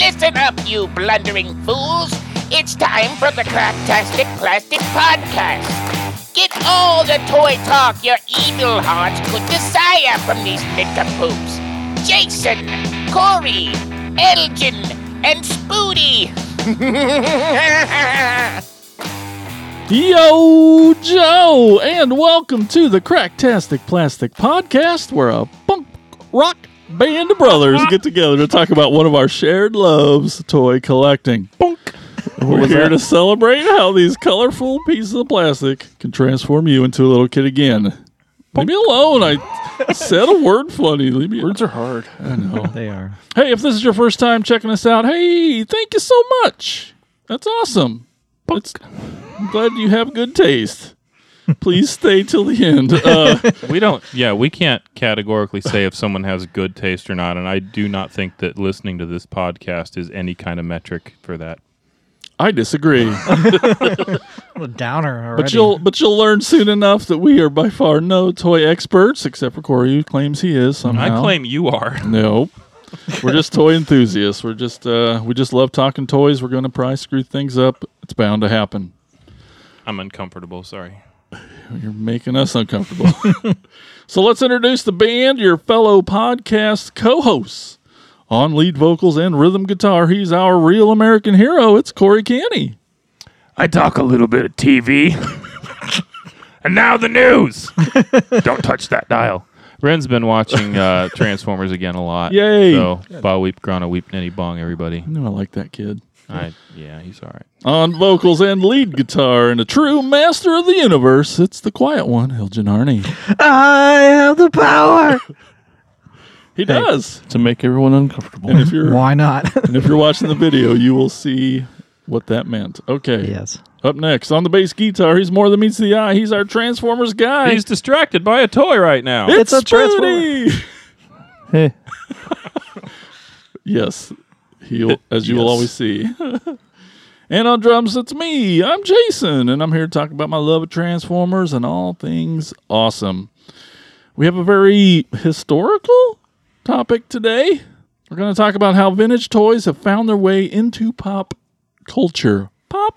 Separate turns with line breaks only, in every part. Listen up, you blundering fools! It's time for the Cracktastic Plastic Podcast. Get all the toy talk your evil hearts could desire from these midget poops. Jason, Corey, Elgin, and Spoody.
Yo, Joe, and welcome to the Cracktastic Plastic Podcast, where a punk rock band of brothers get together to talk about one of our shared loves, toy collecting. Punk. We're here to celebrate how these colorful pieces of plastic can transform you into a little kid again. Leave me alone. I said a word funny. Leave me
Words are hard.
They are.
Hey, if this is your first time checking us out, hey, thank you so much. That's awesome. It's, I'm glad you have good taste. Please stay till the end. Uh,
We don't. Yeah, we can't categorically say if someone has good taste or not, and I do not think that listening to this podcast is any kind of metric for that.
I disagree,
I'm a downer already.
but you'll but you'll learn soon enough that we are by far no toy experts, except for Corey, who claims he is somehow.
I claim you are.
no. We're just toy enthusiasts. We're just uh, we just love talking toys. We're going to probably screw things up. It's bound to happen.
I'm uncomfortable. Sorry.
You're making us uncomfortable. so let's introduce the band, your fellow podcast co hosts. On lead vocals and rhythm guitar, he's our real American hero. It's Corey Canny.
I talk a little bit of TV. and now the news. Don't touch that dial.
Ren's been watching uh, Transformers again a lot.
Yay.
So, ba weep, grana weep, nitty bong, everybody.
I knew I like that kid.
I, yeah, he's all right.
On vocals and lead guitar, and a true master of the universe, it's the quiet one, Elgin Arney.
I have the power.
He does.
to make everyone uncomfortable.
And if you're
Why not?
and if you're watching the video, you will see what that meant. Okay.
yes.
Up next on the bass guitar, he's more than meets the eye. He's our Transformers guy.
He's distracted by a toy right now.
It's a Transformer.
Trudy!
hey,
Yes, he'll as you will always see. and on drums, it's me. I'm Jason, and I'm here to talk about my love of Transformers and all things awesome. We have a very historical topic today. We're going to talk about how vintage toys have found their way into pop culture. Pop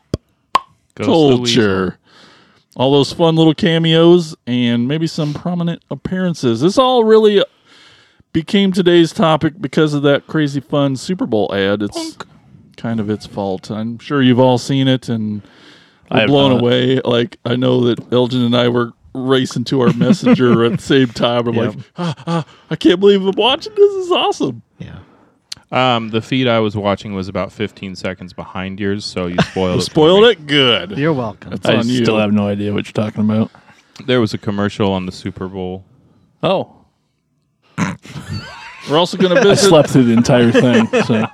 Goes the weasel.
culture. All those fun little cameos and maybe some prominent appearances. This all really became today's topic because of that crazy fun Super Bowl ad. It's kind of its fault. I'm sure you've all seen it and
I
were
have
blown
not.
away. Like I know that Elgin and I were racing to our messenger at the same time. I'm like, ah, ah, I can't believe I'm watching this. This is awesome.
Yeah.
Um, the feed I was watching was about 15 seconds behind yours, so you spoiled it. for
Spoiled
me.
it good.
You're welcome.
That's
I
on you.
still have no idea what you're talking about.
There was a commercial on the Super Bowl.
Oh,
We're also going to
I
visit.
slept through the entire thing. So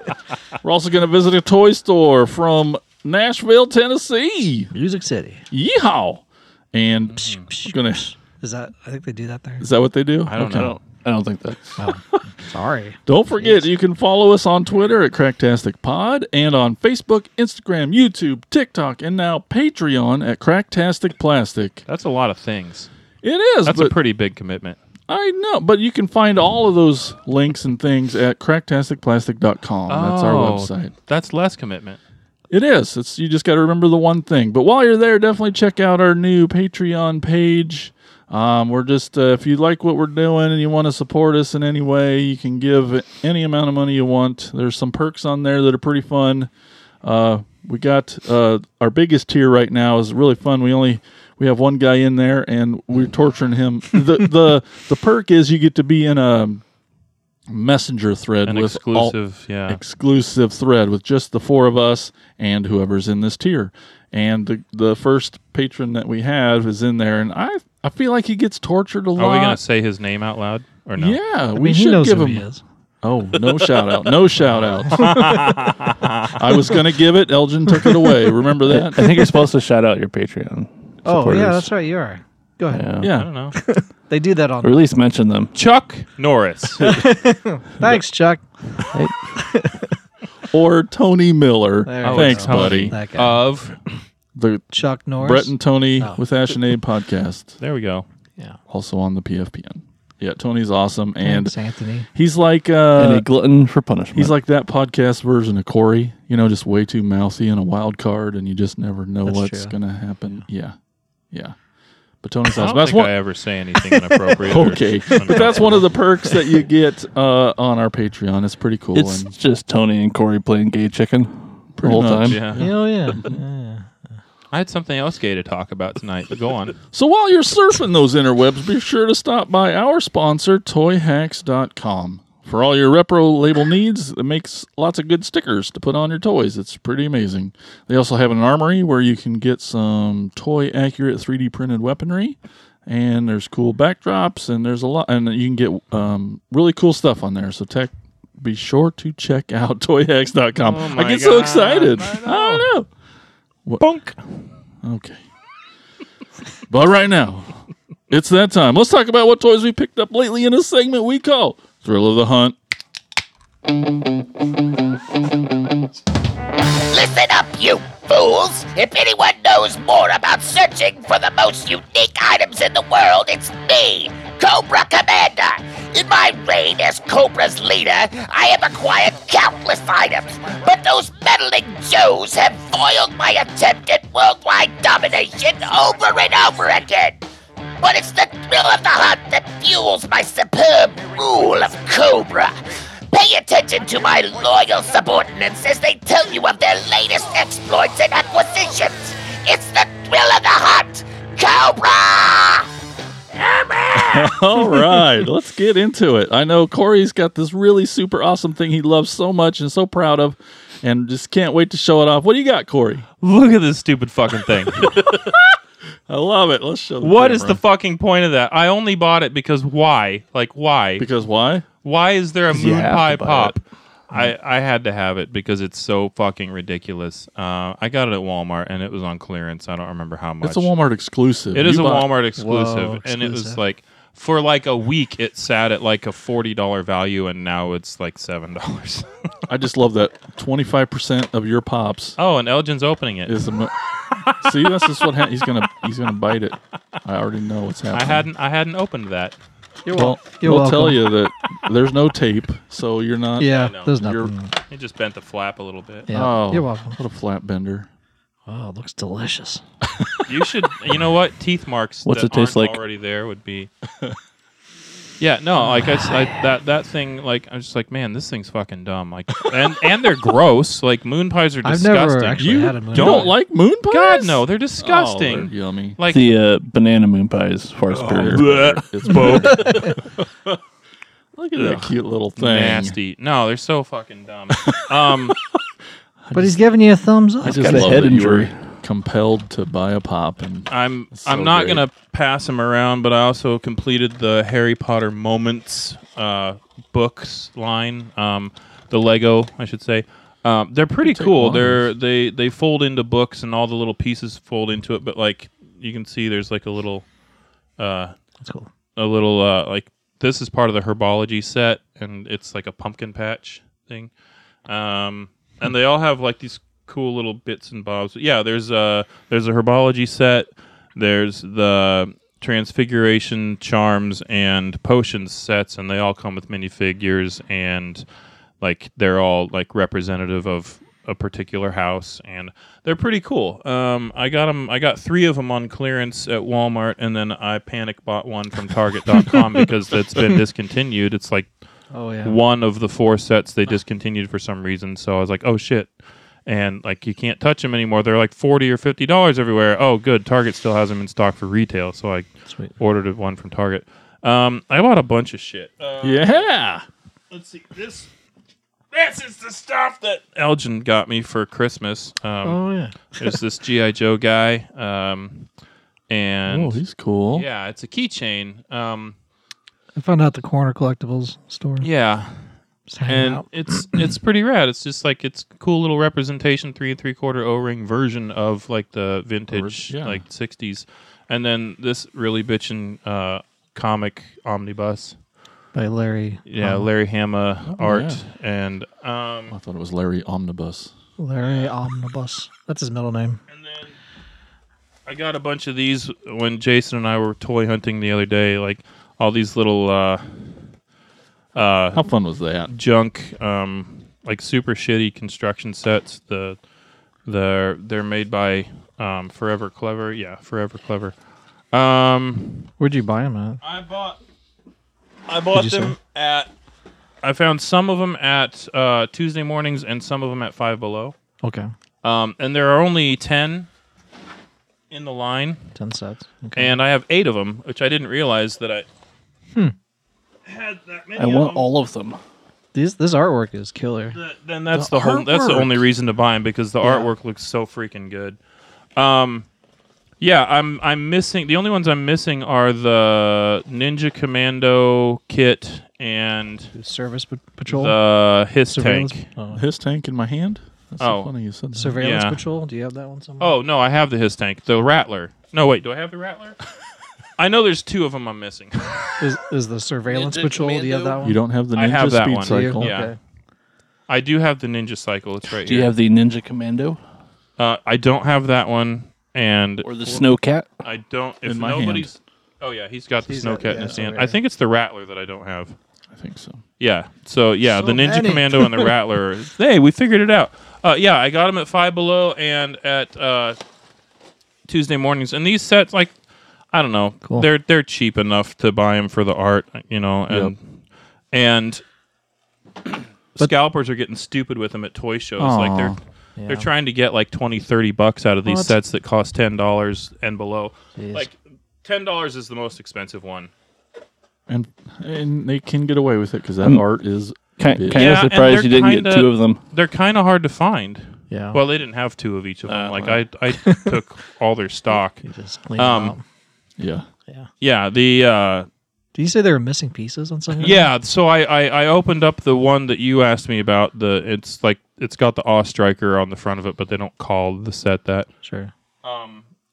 We're also going to visit a toy store from Nashville, Tennessee.
Music City.
Yeehaw! And going to.
Is that? I think they do that there.
Is that what they do?
Mm-hmm. I don't
I
know.
don't. I don't think that's.
Sorry.
Don't forget, you can follow us on Twitter at Cracktastic Pod and on Facebook, Instagram, YouTube, TikTok, and now Patreon at Cracktastic Plastic.
That's a lot of things.
It is,
That's
but
a pretty big commitment.
I know, but you can find all of those links and things at cracktasticplastic.com. That's our
Oh,
website.
That's less commitment.
It is. It's you just got to remember the one thing. But while you're there, definitely check out our new Patreon page. Um, we're just uh, if you like what we're doing and you want to support us in any way, you can give any amount of money you want. There's some perks on there that are pretty fun. Uh, we got uh, our biggest tier right now is really fun. We only we have one guy in there and we're torturing him. the the The perk is you get to be in a messenger thread
An
with all-
exclusive, yeah.
exclusive thread with just the four of us and whoever's in this tier. And the the first patron that we have is in there, and I I feel like he gets tortured a lot.
Are we going to say his name out loud or no?
Yeah,
I
we
mean,
should
he knows
give
who
him.
he is.
Oh, no shout out, no shout out. I was gonna give it. Elgin took it away. Remember
I
that?
think you're supposed to shout out your Patreon.
Oh yeah,
supporters.
that's right. You are. Go ahead.
Yeah.
I
Yeah.
don't know.
They do that on.
Or at least mention them.
Chuck Norris.
Thanks, Chuck.
Or Tony Miller.
There you
Oh, Thanks,
Oh,
go.
buddy. Uh,
That guy.
of.
The
Chuck Norris. Oh.
Brett and Tony with Ash and Abe podcast,
There we go.
Yeah.
also on the PFPN. Yeah, Tony's awesome, and
Thanks, Anthony.
he's like uh,
and a glutton for punishment.
he's like that podcast version of Corey. You know, just way too mouthy and a wild card, and you just never know
That's
what's
true.
going to happen. Yeah. yeah, But Tony's
I
awesome.
don't
That's
think
one.
I ever say anything inappropriate. or
okay, but that's one of the perks that you get uh, on our Patreon. It's pretty cool.
it's
and
just Tony and Corey playing gay chicken the
Pretty
whole
much,
Yeah.
time.
Oh yeah. yeah.
I had something else gay to talk about tonight, but go on.
So while you're surfing those interwebs, be sure to stop by our sponsor, toyhacks.com. For all your repro label needs, it makes lots of good stickers to put on your toys. It's pretty amazing. They also have an armory where you can get some toy accurate 3D printed weaponry, and there's cool backdrops, and there's a lot, and you can get um, really cool stuff on there. So tech, be sure to check out toyhacks.com.
Oh
I
my
get so
God,
excited.
I
I don't know.
Bunk.
Okay. but right now, it's that time. Let's talk about what toys we picked up lately in a segment we call Thrill of the Hunt.
Listen up, you fools! If anyone knows more about searching for the most unique items in the world, it's me, Cobra Commander! In my reign as Cobra's leader, I have acquired countless items, but those meddling Joes have foiled my attempt at worldwide domination over and over again! But it's the thrill of the hunt that fuels my superb rule of Cobra. Pay attention to my loyal subordinates as they tell you of their latest exploits and acquisitions. It's the thrill of the hunt, Cobra!
All right, let's get into it. I know Corey's got this really super awesome thing he loves so much and so proud of, and just can't wait to show it off. What do you got, Corey?
Look at this stupid fucking thing.
I love it. Let's show. The
What is the
camera.
fucking point of that? I only bought it because why? Like why?
because why?
why is there a
you
moon
have to
pie
buy
pop?
Mm.
I, I had to have it because it's so fucking ridiculous. Uh, I got it at Walmart and it was on clearance. I don't remember how much.
It's a Walmart exclusive.
It is
You
a
bought-
Walmart exclusive,
Whoa,
and it was
exclusive.
like for like a week it sat at like a forty dollar value, and now it's like seven dollars.
I just love that twenty five percent of your pops
oh, and Elgin's opening it.
is the. Mo- See, that's just what ha- he's gonna he's gonna bite it. I already know what's happening.
I hadn't I hadn't opened that.
You're
Well,
You're
we'll
welcome.
tell you that there's no tape, so you're not.
Yeah,
know.
there's
You're-
nothing.
It just bent the flap a little bit.
Yeah,
Oh,
you're welcome.
What a flat bender.
Wow, Oh, it looks delicious.
You should. You know what? Teeth marks.
What's
that
it taste
aren't
like?
Already there would be. Yeah, no, like I, s- I- that that thing, like I'm just like, man, this thing's fucking dumb. Like, and and they're gross. Like moon pies are
I've never
disgusting.
actually
you
had a moon
don't
Don't like moon pies?
God no, they're
Oh, they're
disgusting.
yummy.
like
the uh, banana moon pie is far superior.
It's both. Look at that cute little thing.
nasty. No, they're so fucking dumb. Um,
But he's giving you a thumbs up.
I just
got a
love
head
that you were
injury.
compelled to buy a pop, and
I'm
so
I'm not
great.
gonna pass them around, but I also completed the Harry Potter moments uh, books line. Um, the Lego, I should say. Um, they're pretty
take
cool.
lines.
They're they they fold into books, and all the little pieces fold into it. But like you can see, there's like a little
That's cool.
a little uh, like this is part of the herbology set, and it's like a pumpkin patch thing. Um, and they all have like these cool little bits and bobs. Yeah, there's a there's a herbology set. There's the transfiguration charms and potions sets, and they all come with minifigures and like they're all like representative of a particular house and they're pretty cool um, i got 'em- i got three of them on clearance at walmart and then i panic bought one from target.com because that's been discontinued it's like
Oh yeah.
one of the four sets they discontinued for some reason so i was like oh shit and like you can't touch them anymore they're like 40 or 50 dollars everywhere oh good target still has them in stock for retail so i
Sweet.
ordered one from target um, i bought a bunch of shit uh,
yeah,
let's see this this is the stuff that elgin got me for christmas um
Oh yeah.
there's this gi joe guy um and
oh, he's cool.
yeah it's a keychain um
I found out the corner collectibles store.
yeah
Just hanging
and
out.
it's it's pretty rad it's just like it's cool little representation three and three quarter o-ring version of like the vintage
Orig- yeah.
like 60s and then this really bitchin' uh comic omnibus
by Larry.
Uh-huh.
yeah
um,
larry hama
Oh,
art and um
I thought it was Larry Omnibus.
Larry Omnibus. That's his middle name.
And then I got a bunch of these when Jason and I were toy hunting the other day. Like all these little uh, uh,
How fun was that?
junk, um, like super shitty construction sets. The the they're made by um, Forever Clever. Yeah, Forever Clever. Um,
Where'd you buy them at?
I bought I bought
you say?
them at. I found some of them at uh, Tuesday mornings and some of them at Five Below.
Okay,
Um, and there are only ten in the line,
ten sets. Okay.
and I have eight of them, which I didn't realize that I had that many.
Hmm. I
of
want
them.
all of them.
These this artwork is killer.
Th- then that's the,
The
whole. That's the
artwork.
only reason to buy them because the artwork looks so freaking good. Um, yeah, I'm I'm missing the only ones I'm missing are the Ninja Commando kit and
Service pa- patrol.
the his
surveillance.
tank.
oh.
Uh, His tank in my hand. That's
Oh.
so funny you said that.
Surveillance
Yeah.
patrol. Do you have that one somewhere?
Oh no, I have the his tank. The Rattler. No wait, do I have the Rattler? I know there's two of them I'm missing. Oh.
Is, is the surveillance
Ninja
patrol? Do you have that
Commando?
one?
you don't have the ninja
I have that
speed
one.
Do you?
cycle.
Yeah.
Okay.
I do have the Ninja Cycle. It's right
Do
here.
you have the Ninja Commando
uh, I don't have that one, and
or the Snow Cat?
I don't. If
In my hand.
nobody's, oh yeah, he's got the
He's
snow
got-
cat
yeah,
in his
it's
hand.
over
I
here.
think it's the Rattler that I don't have.
I think so.
Yeah. So yeah,
So
the Ninja
many.
Commando and the Rattler. Hey, we figured it out. Uh, yeah, I got them at Five Below and at uh, Tuesday mornings, and these sets like I don't know,
Cool.
they're they're cheap enough to buy them for the art, you know, and and scalpers are getting stupid with them at toy shows. Like they're
Yeah.
they're trying to get like 20, 30 bucks out of these
Well, that's-
sets that cost ten dollars and below.
Jeez.
Like ten dollars is the most expensive one.
And and they can get away with it because that
Mm.
art is
Kind,
Yeah,
kind
and
of surprised you
they're
didn't
kinda-
get two of them.
They're kind of hard to find.
yeah.
Well, they didn't have two of each of them.
Uh,
like I, I took all their stock.
You just clean
um,
them up.
yeah.
Yeah.
Yeah, the uh,
Do you say there were missing pieces on something?
yeah. So I, I, I opened up the one that you asked me about. The it's like it's got the Awe Striker on the front of it, but they don't call the set that.
Sure.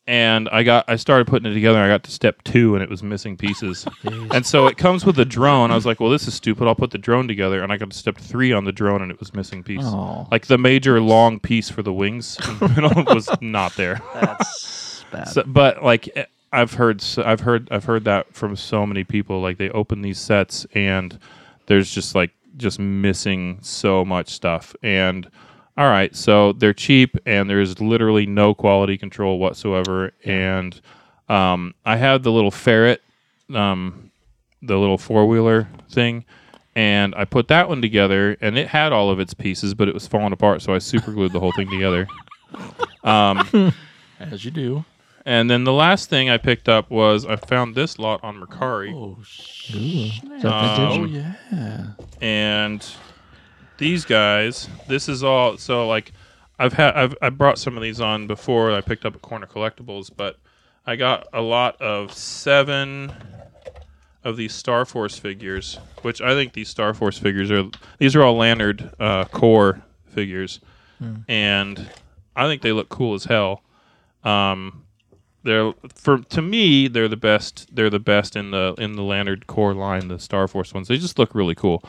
And I got I started putting it together. I got to step two, and it was missing pieces. and so it comes with a drone. I was like, well, this is stupid. I'll put the drone together, and I got to step three on the drone, and it was missing piece.
Oh.
Like the major long piece for the wings in the middle was not there.
That's bad.
So, but like eh, I've heard, s- I've heard, I've heard that from so many people. Like they open these sets and there's just like just missing so much stuff. And all right, so they're cheap and there's literally no quality control whatsoever. And um, I had the little ferret, um, the little four wheeler thing. And I put that one together, and it had all of its pieces, but it was falling apart. So I super glued the whole thing together.
As you do.
And then the last thing I picked up was I found this lot on Mercari,
Is that vintage?
Um, and these guys. This is all so like I've had I've I brought some of these on before. I picked up at Corner Collectibles, but I got a lot of seven of these Star Force figures, which I think these Star Force figures are these are all Lannard uh, core figures, and I think they look cool as hell. Um, they're for to me they're the best. They're the best in the in the Lannard core line. The Star Force ones they just look really cool.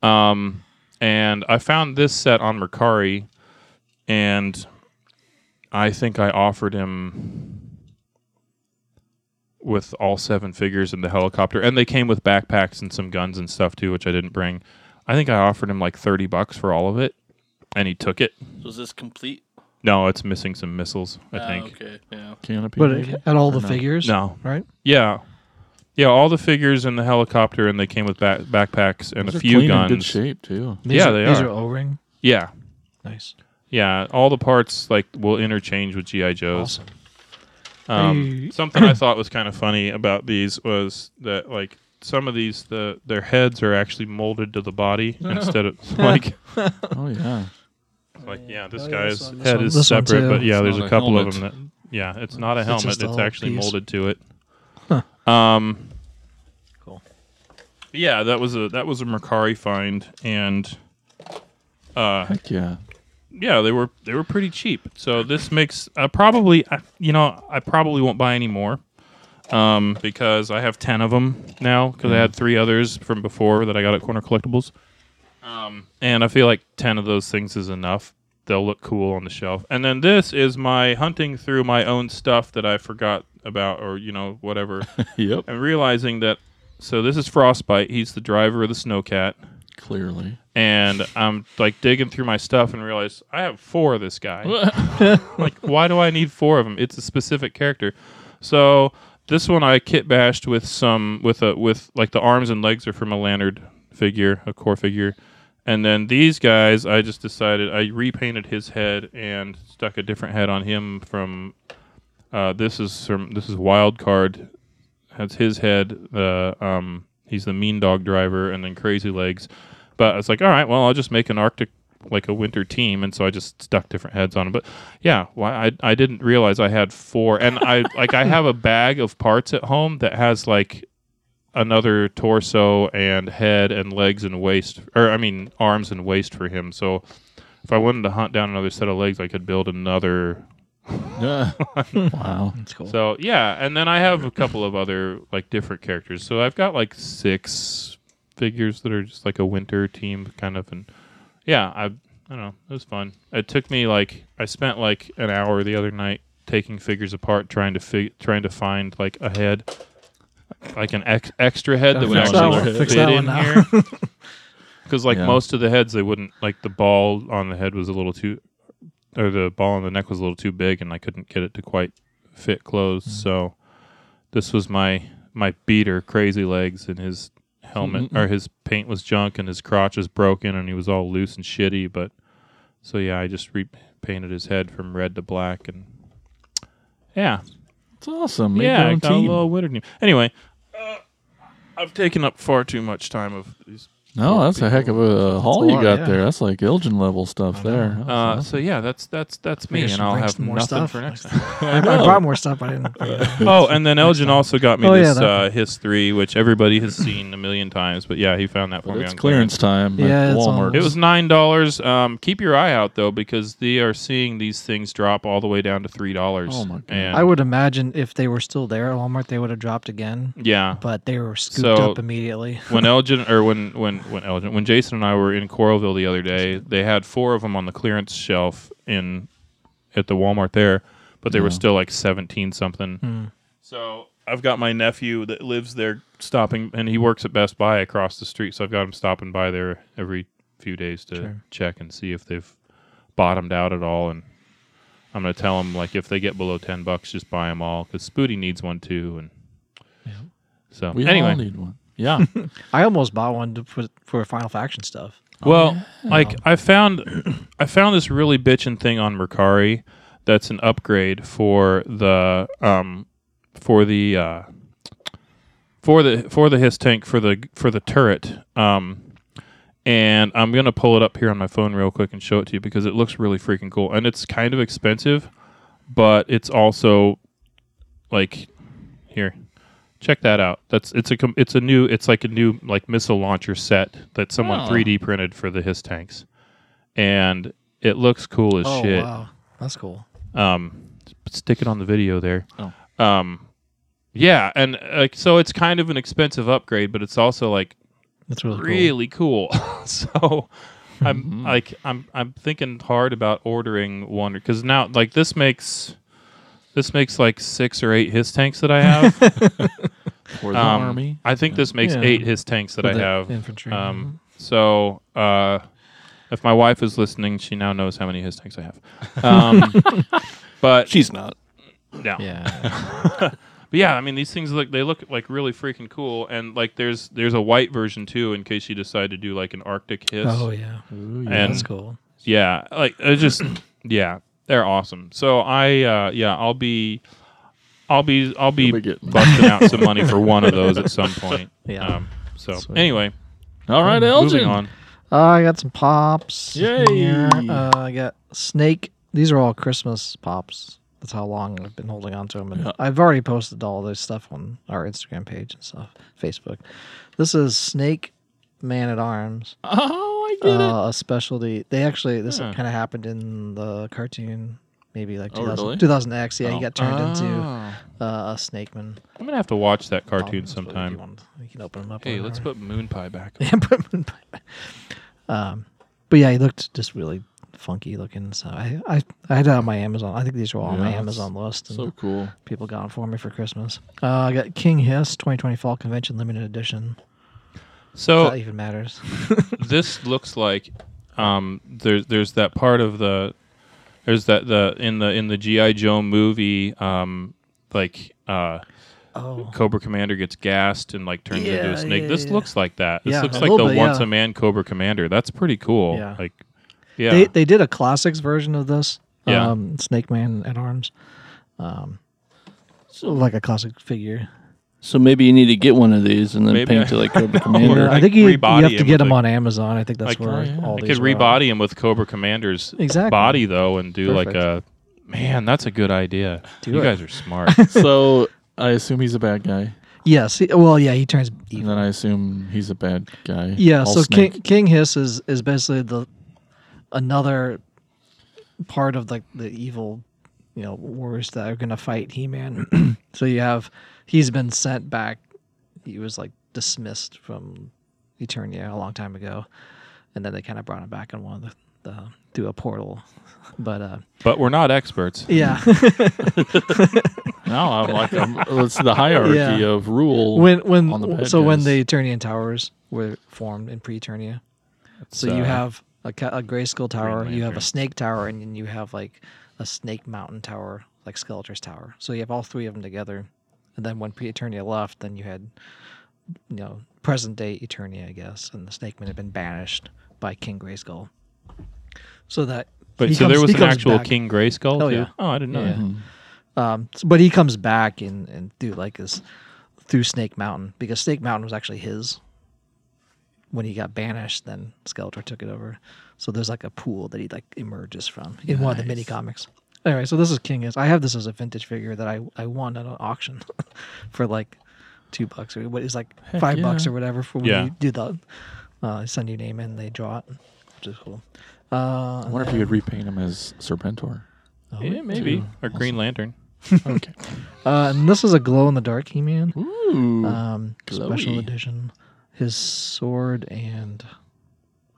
Um, and I found this set on Mercari, and I think I offered him with all seven figures in the helicopter, and they came with backpacks and some guns and stuff too, which I didn't bring. I think I offered him like thirty bucks for all of it, and he took it.
Was this complete?
No, it's missing some missiles. I
Oh,
think.
okay. Yeah.
Canopy.
but
maybe?
it, at all the figures?
No,
Right?
Yeah. Yeah, all the figures in the helicopter, and they came with back- backpacks and
Those
a
are
few
clean and
guns.
good shape too.
These
Yeah,
are,
they
these
are.
are O ring.
Yeah,
Nice.
yeah. All the parts like will interchange with GI Joes.
Awesome.
Um,
Hey.
something I thought was kind of funny about these was that like some of these the their heads are actually molded to the body instead of like
Oh yeah.
like yeah this
Oh, yeah,
guy's
this one, this
head
one.
is
This one,
separate
too.
but yeah
It's
there's
not
a
a
couple of
helmet.
them that yeah it's not a
It's
helmet
just
it's,
a whole
actually
piece.
molded to it. Um.
Cool.
Yeah, that was a that was a Mercari find and. Uh,
Heck yeah.
yeah, they were they were pretty cheap. So this makes uh, probably I you know I probably won't buy any more um, because I have ten of them now because I had three others from before that I got at Corner Collectibles, um, and I feel like ten of those things is enough. They'll look cool on the shelf. And then this is my hunting through my own stuff that I forgot about or you know whatever
Yep.
and realizing that So this is Frostbite. He's the driver of the Snowcat,
Clearly.
and I'm like digging through my stuff and realize I have four of this guy. like, why do I need four of them? It's a specific character. So this one I kit bashed with some with a with like the arms and legs are from a lanyard figure, a core figure, and then these guys I just decided I repainted his head and stuck a different head on him from. Uh, this is from this is wild card. That's his head. The um, he's the mean dog driver, and then crazy legs. But I was like, all right, well, I'll just make an Arctic like a winter team, and so I just stuck different heads on them. But yeah, why I I didn't realize I had four, and I like I have a bag of parts at home that has like another torso and head and legs and waist, or I mean arms and waist for him. So if I wanted to hunt down another set of legs, I could build another
Yeah. wow.
That's cool.
so yeah, and then I have a couple of other like different characters. So I've got like six figures that are just like a winter team kind of, and yeah, I I don't know, it was fun. It took me like I spent like an hour the other night taking figures apart, trying to fig- trying to find like a head, like an ex- extra head that would
Fix that
actually
one.
fit
Fix that
in
one
here.
now.
'Cause here. Because like
Yeah.
most of the heads, they wouldn't like the ball on the head was a little too, or the ball on the neck was a little too big, and I couldn't get it to quite fit
Mm.
clothes. So this was my my beater, Crazy Legs, and his helmet
Mm-hmm.
or his paint was junk, and his crotch was broken, and he was all loose and shitty. But so yeah, I just repainted his head from red to black, and yeah,
It's awesome. Make
yeah,
your
I
own
got a
team.
little winter team. Anyway, uh, I've taken up far too much time of these.
No, that's a heck of a haul
a
you
lot,
got
yeah.
there. That's like Elgin level stuff there. That's
Uh, so yeah, that's that's that's me,
Maybe I should
and I'll
bring
have
some more
nothing
stuff.
for next time.
I, I brought more stuff. I didn't.
Oh, and then Elgin also got me
Oh, yeah,
this
that-
uh, His 3, which everybody has seen a million times. But yeah, he found that for
But
me
it's
on
clearance time
Yeah,
at
it's on-
Walmart.
It was $9. Um, keep your eye out, though, because they are seeing these things drop all the way down to $3.
Oh, my God.
And-
I would imagine if they were still there at Walmart, they would have dropped again.
Yeah.
But they were scooped
So-
up immediately.
when Elgin or when when when Elgin when Jason and I were in Coralville the other day, they had four of them on the clearance shelf in at the Walmart there, but they were still like seventeen something.
Hmm.
So I've got my nephew that lives there stopping, and he works at Best Buy across the street. So I've got him stopping by there every few days to check and see if they've bottomed out at all. And I'm gonna tell him like if they get below ten bucks, just buy them all because Spooty needs one too. And so
we
anyway,
all need one. Yeah.
I almost bought one to put for Final Faction stuff.
Well, like I found, I found this really bitchin' thing on Mercari. That's an upgrade for the um, for the uh, for the for the his tank for the for the turret. Um, and I'm gonna pull it up here on my phone real quick and show it to you because it looks really freaking cool. And it's kind of expensive, but it's also like here check that out that's it's a com- it's a new it's like a new like missile launcher set that someone
Oh.
3d printed for the his tanks and it looks cool as
Oh
shit
wow, that's cool.
um stick it on the video there
Oh.
um yeah and like so it's kind of an expensive upgrade but it's also like
That's really, cool.
really cool. so I'm like I'm I'm thinking hard about ordering one because now like this makes this makes like six or eight his tanks that I have.
For the
Um,
army.
I think this makes
Yeah.
eight his tanks that
For
I
the
have.
infantry.
Um, so uh, if my wife is listening, she now knows how many his tanks I have. Um, but
She's not.
no.
Yeah,
But yeah, I mean these things look they look like really freaking cool and like there's there's a white version too in case you decide to do like an Arctic hiss.
oh yeah,
and
that's cool.
yeah like it just yeah they're awesome so i uh yeah i'll be i'll be i'll be
You'll be getting-
busting out some money for one of those at some point
Yeah.
um, so anyway
All right, Elgin.
moving on
Uh, I got some pops.
Yay.
here. Uh, I got snake. These are all Christmas pops. That's how long I've been holding on to them. And I've already posted all this stuff on our Instagram page and stuff, Facebook. This is Snake Man at Arms,
Oh, I get
uh, a specialty. They actually, this kind of happened in the cartoon, maybe like
Oh,
2000,
really?
2000X. Yeah,
Oh. Ah.
he got turned into
Oh.
uh, a snake man.
i'm gonna have to watch that
pop,
cartoon
so if you
sometime
want- You can open them up.
hey
or
let's
whatever.
put moon pie back
Yeah, put him in Batman. Um, but yeah, he looked just really funky looking. So I, I, I had it on my Amazon. I think these were all on my
Yeah, that's
Amazon list. And
So cool.
people got them for me for Christmas. Uh, I got King Hiss 2020 Fall Convention Limited Edition. If that
So
even matters.
this looks like um, there's there's that part of the there's that the in the in the GI Joe movie um, like uh,
Oh,
Cobra Commander gets gassed and like turns into
Yeah,
a snake.
yeah,
this
yeah.
looks like that. This
Yeah,
looks
a
like the
little bit,
once
yeah.
a man Cobra Commander. That's pretty cool.
Yeah.
Like yeah.
they they did a classics version of this.
Yeah.
Um, Snake Man at Arms. Um, so like a classic figure.
So maybe you need to get one of these and then
Maybe
paint
I-
it like Cobra
Or
Yeah,
Commander.
I
like
think you, you
rebody
have
him
to
with
get them
a-
on Amazon. I think that's
like,
where
oh,
all
I
these
could
were at.
rebody him with Cobra Commander's
Exactly.
body though, and do like a
Perfect.
man. That's a good idea. you
it.
guys are smart.
So I assume he's a bad guy,
Yes. he- well, yeah, he turns
and
evil.
then I assume he's a bad guy.
Yeah.
All
So King,
snake.
King Hiss is is basically the another part of like the evil, you know, warriors that are going to fight He Man. so you have he's been sent back. He was like dismissed from Eternia a long time ago, and then they kind of brought him back in one of the, the through a portal. But uh,
but we're not experts.
yeah.
Now I'm like, I'm, it's the hierarchy
Yeah.
of rule.
when when
on the bad
so when
guys.
the Eternian towers were formed in pre-Eternia, so you
uh,
have a, ca- a Grayskull tower, you have
Lantern.
a Snake tower, and then you have like a Snake Mountain tower, like Skeletor's tower. So you have all three of them together, and then when pre-Eternia left, then you had you know present day Eternia, I guess, and the Snake Men had been banished by King Grayskull. So that
But
he
so there
comes-
was
he
an
comes
actual
back.
King Gray skull.
Oh,
too?
yeah.
Oh, I didn't know.
Yeah.
that.
Um, s- but he comes back and and through like his through Snake Mountain because Snake Mountain was actually his. When he got banished, then Skeletor took it over. So there's like a pool that he like emerges from in one of the mini comics. Anyway, so this is King is. I have this as a vintage figure that I I won at an auction for like two bucks or what is like five bucks or whatever for when
Yeah.
you do the uh, send your name in they draw it, which is cool. Uh,
I wonder if you could repaint him as Serpentor.
Yeah, maybe or Green Lantern.
Okay.
Uh, and this is a glow in the dark He Man.
Ooh.
um, special
Glowy.
edition. His sword and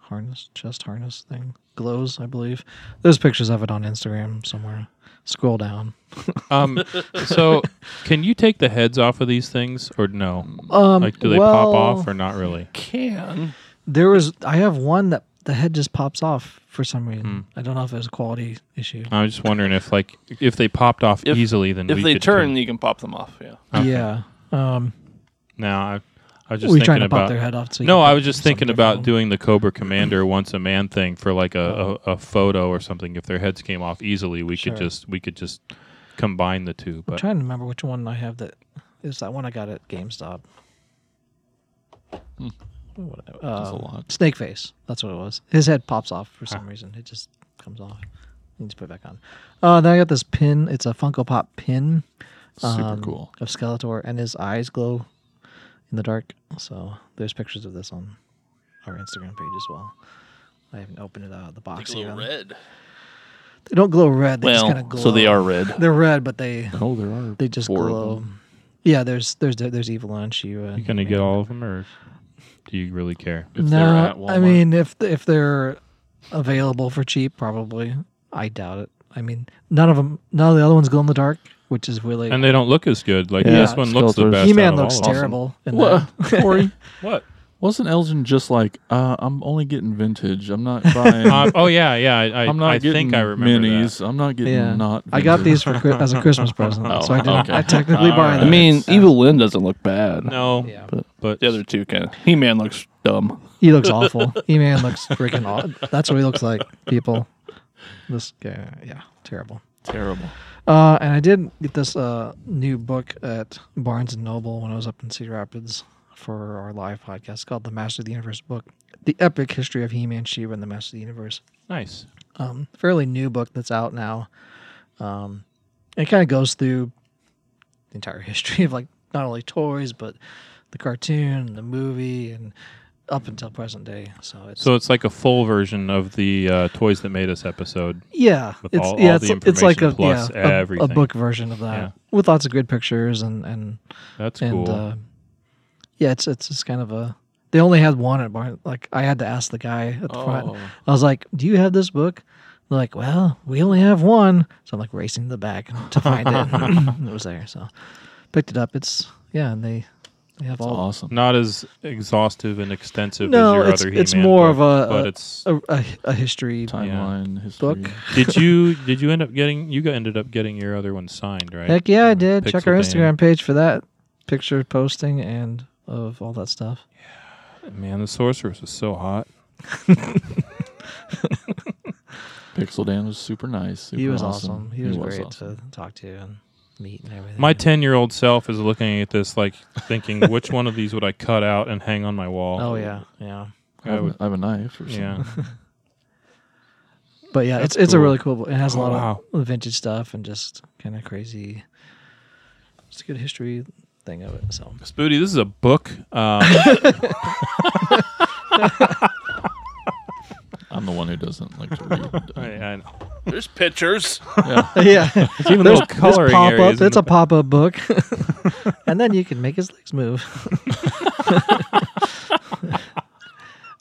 harness, chest harness thing glows, I believe. There's pictures of it on Instagram somewhere. Scroll down.
Um, so can you take the heads off of these things or no?
Um,
like, do they pop
well,
off or not really?
Can.
There was. I have one that the head just pops off for some reason.
Hmm.
I don't know if it was a quality issue.
I was just wondering if like if they popped off
If-
easily, then
If
we
they
could
turn, you can pop them off. Yeah.
Okay.
Yeah. Um,
now I, I was just
were you
thinking
trying to
about
pop their head off? So you
No,
could
I
pick
was just
something
thinking
different
about
one?
doing the Cobra Commander once a man thing for like a, a, a photo or something. If their heads came off easily, we
Sure.
could just we could just combine the two.
I'm
But
trying to remember which one I have that is that one I got at GameStop. What-
That's a
uh,
lot.
Snake face. That's what it was. His head pops off for some reason. It just comes off. Need to put it back on. Uh, then I got this pin. It's a Funko Pop pin
Super
um,
cool.
of Skeletor, and his eyes glow in the dark. So there's pictures of this on our Instagram page as well. I haven't opened it out of the box. yet.
red.
They don't glow red. They just kind
Well,
of glow.
so they are red.
They're red, but they
Oh, there are.
they just
four of
glow.
them.
Yeah, there's there's there's evil and Shira.
you gonna get all of them, or do you really care?
If they're at
I
Walmart.
mean if if they're available for cheap, probably. I doubt it. I mean, none of them, none of the other ones glow in the dark, which is really.
And they don't look as good. Like
Yeah,
this one looks the
Skeletor's-
best.
He Man
out of
looks
all of them.
terrible. in
What,
that.
Corey?
What?
Wasn't Elgin just like, uh, I'm only getting vintage. I'm not buying.
Um, oh yeah, yeah. I, I,
I'm not
I
getting
think I remember that.
minis. I'm not getting
Yeah,
not.
I got
vintage."
these for Chri- as a Christmas present,
Oh,
so I didn't.
okay.
I technically
All
buy
right.
I
them.
mean, Evil Lynn doesn't look bad.
No,
Yeah.
but,
The other two can. He Man looks dumb.
he looks awful. He man looks freaking odd. That's what he looks like, people. This guy, yeah, terrible.
Terrible.
Uh, and I did get this uh, new book at Barnes and Noble when I was up in Cedar Rapids for our live podcast. It's called "The Master of the Universe" book, the epic history of He-Man, She-Ra, and the Master of the Universe.
nice.
Um, fairly new book that's out now. Um, it kind of goes through the entire history of like not only toys but the cartoon, the movie, and up until present day. So it's
So it's like a full version of the uh, Toys That Made Us episode.
Yeah,
with
it's
all-
yeah,
all
it's,
the
it's like a,
information plus
yeah, a- a
everything.
book version of that
Yeah.
with lots of good pictures and and
That's
and
cool.
uh, yeah, it's it's just kind of a. Oh. They only had one at Barnes. Like I had to ask the guy at the front. I was like, "Do you have this book?" They're like, well, we only have one. So I'm like racing to the back to find it. it was there. So picked it up. It's, yeah, and they, they have all.
Awesome.
Not as exhaustive and extensive
No,
as your
it's-
other He-Man
it's more
book,
of a-
but it's
A, a, a history.
Timeline history.
Book.
did you did you end up getting you got ended up getting your other one signed right
Heck yeah, I did. Check our
Pixel Dan.
Instagram page for that picture posting and of all that stuff.
man the sorceress was so hot
Pixel Dan was super nice. Super
he was awesome. He was great
awesome.
to talk to and meet and everything.
my 10 year old self is looking at this like thinking which one of these would i cut out and hang on my wall
oh yeah, yeah.
I have, a- I have a knife or something.
yeah
But yeah, it's it's a really cool. book. It has a
Oh,
lot of vintage stuff and just kind of crazy. It's a good history thing of it. So
Spooty, this is a book. Um,
I'm the one who doesn't like to
I,
Mm-hmm.
read.
I know.
There's pictures.
yeah,
It's even little coloring
pop
areas.
up.
in
It's a
the-
pop up book, and then you can make his legs move.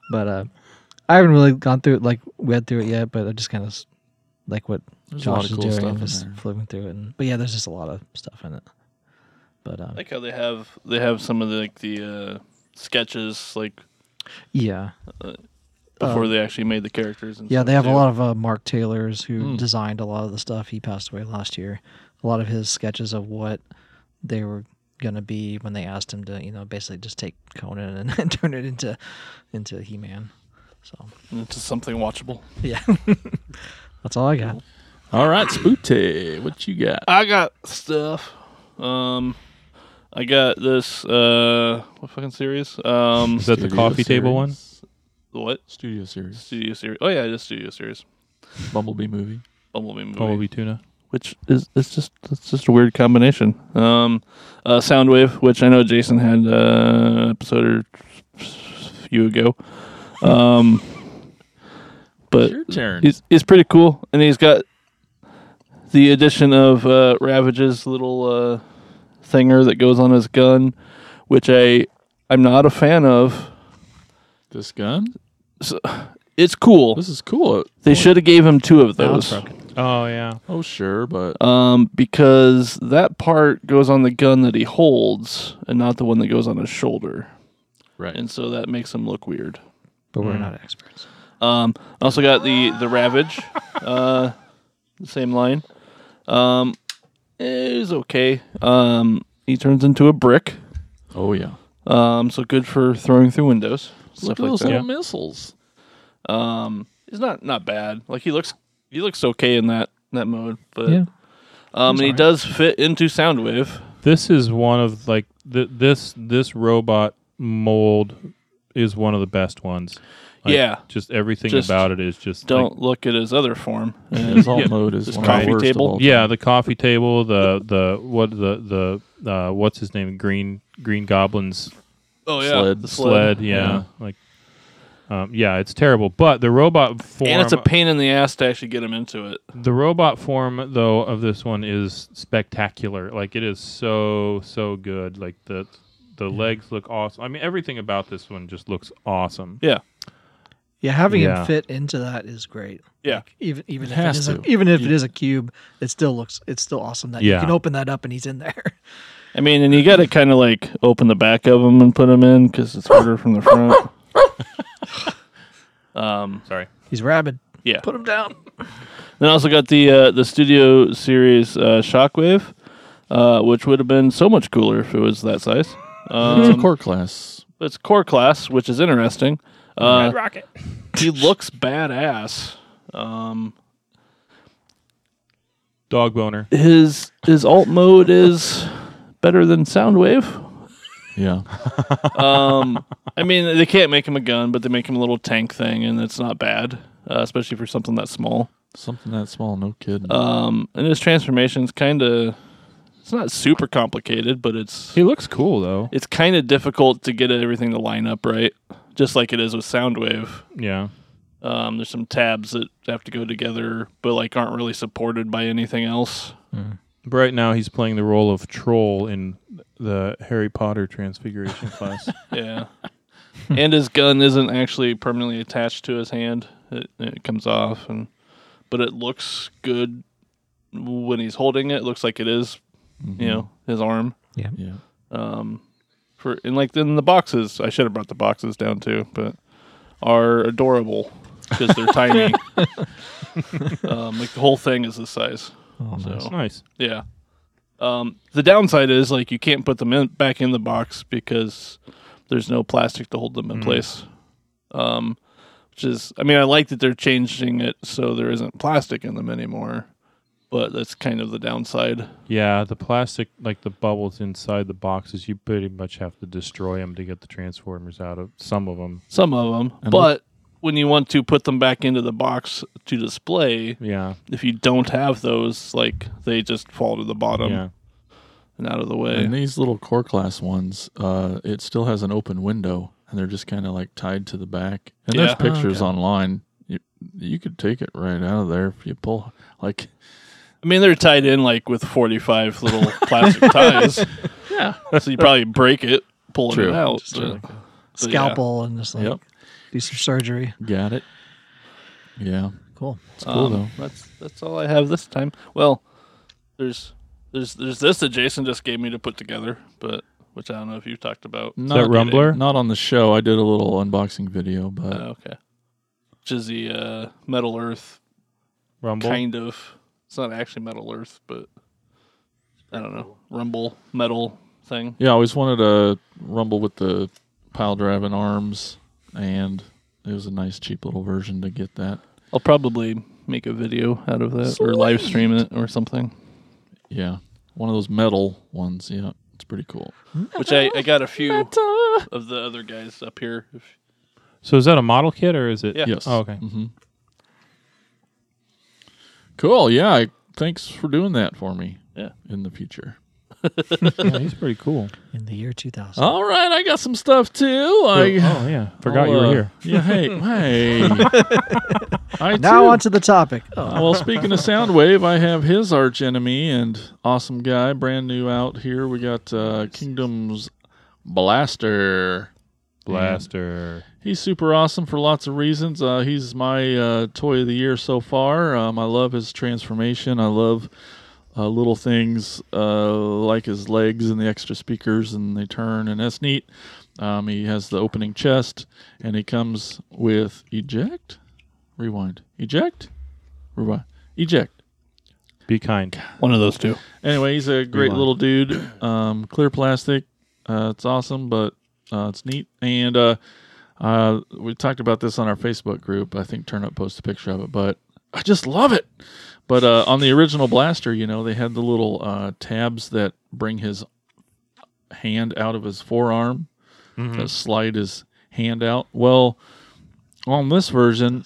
but uh, I haven't really gone through it like read through it yet. But I just kind of like what
There's a lot
Josh
of
is
cool
doing,
stuff
and
in
just
there.
flipping through it. And, but yeah, there's just a lot of stuff in it. But um,
I like how they have they have some of the like the uh, sketches like
yeah,
before they actually made the characters. And
Um, Yeah,
stuff,
they have
too.
a lot of uh, Mark Taylors who designed a lot of the stuff. He passed away last year. A lot of his sketches of what they were gonna be when they asked him to, you know, basically just take Conan and, turn it into into He Man. So
And It's just something watchable.
yeah, that's all I got.
All right, Spooty, what you got?
I got stuff. Um, I got this. Uh, what fucking series? Um,
Is that the
Studio
coffee table one?
series.
what
Studio series.
studio series? Oh yeah, it is studio series.
Bumblebee movie.
Bumblebee movie.
Bumblebee tuna.
which is it's just it's just a weird combination. Um, uh, Soundwave, which I know Jason had uh, an episode or few ago, um, but
Your turn.
he's he's pretty cool, and he's got the addition of uh, Ravage's little uh, thinger that goes on his gun, which I I'm not a fan of.
This gun?
It's cool.
This is cool.
They should have gave him two of those.
Oh yeah.
Oh, sure, but
um, because that part goes on the gun that he holds and not the one that goes on his shoulder,
right.
and so that makes him look weird.
But we're not experts.
Um, I also got the the Ravage, uh, the same line. Um, it was okay. Um, he turns into a brick,
Oh yeah.
um, so good for throwing through windows,
Look
stuff
at
like
those
that.
little missiles.
Um, he's not not bad. Like he looks he looks okay in that that mode, but
Yeah.
um, and he does fit into Soundwave.
This is one of like th- this this robot mold is one of the best ones. Like,
Yeah.
Just everything
Just
about it is just like-
Don't look at his other form.
His alt mode is
This
one of the
coffee
worst of
table?
all time.
yeah, the coffee table, the the what the the uh, what's his name? Green Green Goblin's
Oh
Sled.
the
sled. Yeah. Like. Um, yeah, it's terrible, but the robot form
and it's a pain in the ass to actually get him into it.
The robot form though of this one is spectacular. Like it is so so good. Like the the legs look awesome. I mean everything about this one just looks awesome.
Yeah,
Yeah, having
Yeah.
him fit into that is great.
yeah.
Like, even even if
has
it is a,
to.
even if it is a cube, it still looks it's still awesome that
Yeah.
you can open that up and he's in there.
I mean, and you got to kind of like open the back of him and put him in because it's harder from the front. um,
Sorry.
he's rabid.
yeah.
Put him down.
Then I also got the uh, the studio series uh, Shockwave, uh, which would have been so much cooler if it was that size.
Uh, It's a
Um,
core class.
it's core class, which is interesting. Uh,
Rocket.
he looks badass. Um,
Dog boner.
his his alt mode is better than Soundwave.
Yeah.
um, I mean, they can't make him a gun, but they make him a little tank thing, and it's not bad, uh, especially for something that small.
Something that small, no kidding.
Um, and his transformation's kind of. It's not super complicated, but it's
He looks cool though.
it's kind of difficult to get everything to line up right, just like it is with Soundwave.
Yeah.
Um, there's some tabs that have to go together, but like aren't really supported by anything else.
But right now he's playing the role of troll in the Harry Potter transfiguration class.
Yeah, and his gun isn't actually permanently attached to his hand; it, it comes off, and but it looks good when he's holding it. it looks like it is, you know,
Mm-hmm.
his arm. Um,
Yeah.
For and like then the boxes, I should have brought the boxes down too, but are adorable because they're tiny. um, like the whole thing is this size.
Oh,
So
nice.
Nice.
yeah. Um, the downside is like you can't put them in, back in the box because there's no plastic to hold them
Mm.
in place. Um, which is, I mean, I like that they're changing it so there isn't plastic in them anymore, but that's kind of the downside.
Yeah, the plastic, like the bubbles inside the boxes, you pretty much have to destroy them to get the transformers out of some of them.
Some of them,
And
but when you want to put them back into the box to display,
Yeah,
if you don't have those, like they just fall to the bottom
yeah.
and out of the way.
And these little core class ones, uh, it still has an open window, and they're just kind of like tied to the back. And
Yeah.
there's
Oh,
pictures online. You, you could take it right out of there if you pull. Like,
I mean, they're tied in like with 45 little plastic ties. Yeah. So you probably break it pulling
True.
it out.
Just do
but-
like a
yeah.
scalpel and just like
Yep.
do some surgery.
got it. Yeah,
Cool.
it's cool
um,
though.
That's that's all I have this time. Well, there's there's there's this that Jason just gave me to put together, but which I don't know if you talked about.
Not,
that Rumbler?
Not on the show. I did a little unboxing video, but
Uh, okay. Which is the uh, Metal Earth
Rumble.
kind of. It's not actually Metal Earth, but I don't know. Rumble metal thing.
yeah, I always wanted a rumble with the pile driving arms, and it was a nice, cheap little version to get that.
I'll probably make a video out of that or live stream it or something.
Yeah, one of those metal ones. Yeah, it's pretty cool.
which I, I got a few of the other guys up here. If,
So is that a model kit or is it?
Yeah.
Yes.
Oh, okay.
hmm Cool. Yeah. I- Thanks for doing that for me.
Yeah.
In the future.
yeah, he's pretty cool.
In the year 2000.
All right. I got some stuff too. I
oh yeah, forgot
I'll,
you were
uh,
here.
Yeah. Hey. hey. I
now
too.
on to the topic. Oh,
Uh, well, speaking of Soundwave, I have his arch enemy and awesome guy, brand new out here. We got uh, Kingdom's Blaster.
Blaster.
He's super awesome for lots of reasons. Uh, he's my uh, toy of the year so far. Um, I love his transformation. I love uh, little things uh, like his legs and the extra speakers, and they turn, and that's neat. Um, he has the opening chest, and he comes with eject, rewind, eject, rewind, eject.
Be kind.
one of those two.
Anyway, he's a great
Rewind.
little dude. Um, clear plastic. Uh, it's awesome, but uh, it's neat. And uh, uh, we talked about this on our Facebook group. I think Turnup posted a picture of it, but I just love it. But uh, on the original blaster, you know, they had the little uh, tabs that bring his hand out of his forearm that slide his hand out. Well, on this version,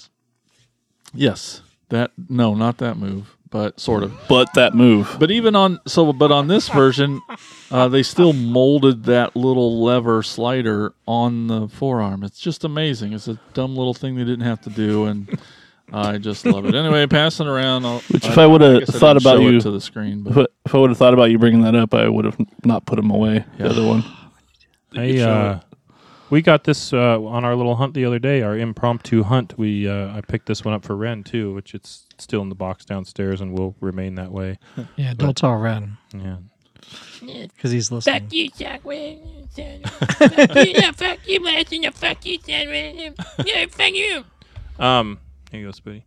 yes, that no, not that move, but sort of.
But that move.
But even on so, but on this version, uh, they still molded that little lever slider on the forearm. It's just amazing. It's a dumb little thing they didn't have to do, and I just love it. Anyway, passing around. I'll,
Which if I would've
guess
thought
didn't
about
show it
you-
to the screen, but
If I, if I would have thought about you bringing that up, I would have not put him away. The other one.
Hey, uh, we got this uh, on our little hunt the other day. Our impromptu hunt. We uh, I picked this one up for Ren too, which it's still in the box downstairs and will remain that way.
yeah, don't tell Ren
Yeah.
because he's listening.
Fuck you, Shockwave. fuck you, yeah, fuck you, Blaster. Fuck you, Sandman. Yeah, fuck you.
Um. Here you go, Spooty.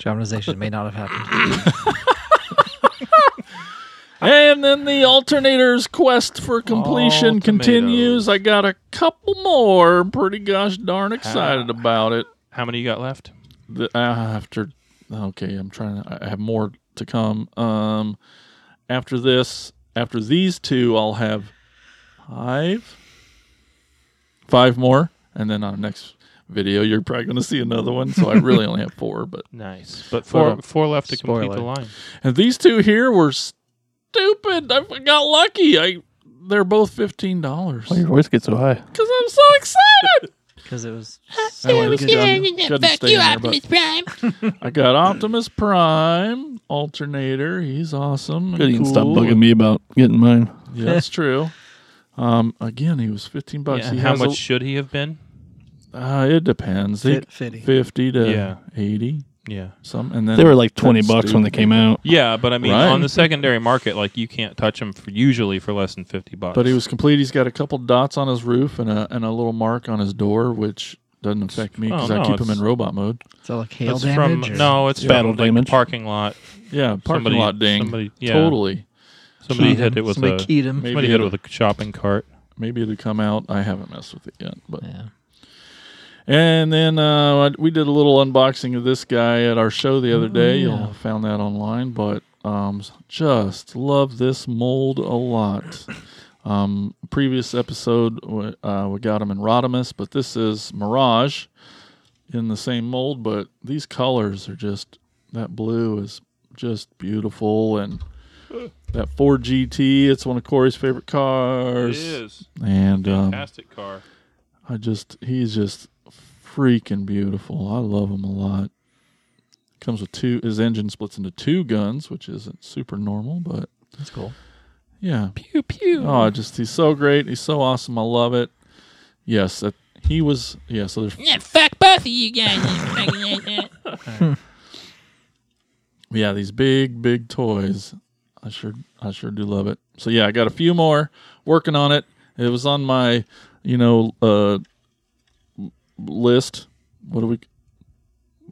Germanization may not have happened.
and then the alternator's quest for completion
All
continues.
tomatoes.
I got a couple more. Pretty gosh darn excited about it.
How many you got left?
the uh, after okay i'm trying to i have more to come um after this after these two i'll have five five more and then on the next video you're probably going to see another one so i really only have four but
Nice. But four
Little
four left to complete the
spoiler.
line.
and these two here were stupid i got lucky i they're both fifteen dollars
Why your voice get so high?
because i'm so excited
Because it was.
Anyway, this
Yeah,
gun-
yeah,
couldn't
fuck
stay
you,
in there, but-
Optimus Prime.
i got optimus prime alternator he's awesome and
Good, you can stop
cool.
bugging me about getting mine.
Yeah, that's true. Um, again, he was fifteen bucks.
Yeah,
Oh, he
how
has a-
much should he have been?
uh, it depends. He-
Fit- fitty.
Fifty to
Yeah.
eighty.
Yeah.
Some and then
They were like twenty
that's
bucks when they
stupid.
came out.
Yeah, but I mean,
Right.
on the secondary market, like you can't touch them for usually for less than fifty bucks.
But he was complete. He's got a couple dots on his roof and a and a little mark on his door, which doesn't affect me because
Oh, no,
I keep him
it's-
in robot mode.
So like hail
It's
damage.
from
or-
no, it's
Battle
from, like,
damage.
parking lot.
Yeah, parking
Somebody-
lot ding.
somebody- yeah.
Totally.
Somebody
Keyed
hit
him.
it with
Somebody
a
keyed him.
Maybe
somebody hit it
it'll-
with a shopping cart.
Maybe it'll come out. I haven't messed with it yet, but
Yeah.
and then uh, I- we did a little unboxing of this guy at our show the other day.
yeah.
You'll found that online, but um, just love this mold a lot. Um, previous episode w- uh, we got him in Rodimus, but this is Mirage in the same mold. But these colors are just that blue is just beautiful and. That 4GT, it's one of Corey's favorite cars. And um,
fantastic car.
I just he's just freaking beautiful. I love him a lot. Comes with two his engine splits into two guns, which isn't super normal, but
That's cool.
yeah. Pew pew. Oh, I just he's so great. He's so awesome. I love it. Yes, that he was yeah, so there's
Yeah, fuck both of you guys. you fucking-
yeah, these big, big toys. I sure I sure do love it. So yeah, I got a few more working on it. It was on my, you know, uh list. What do we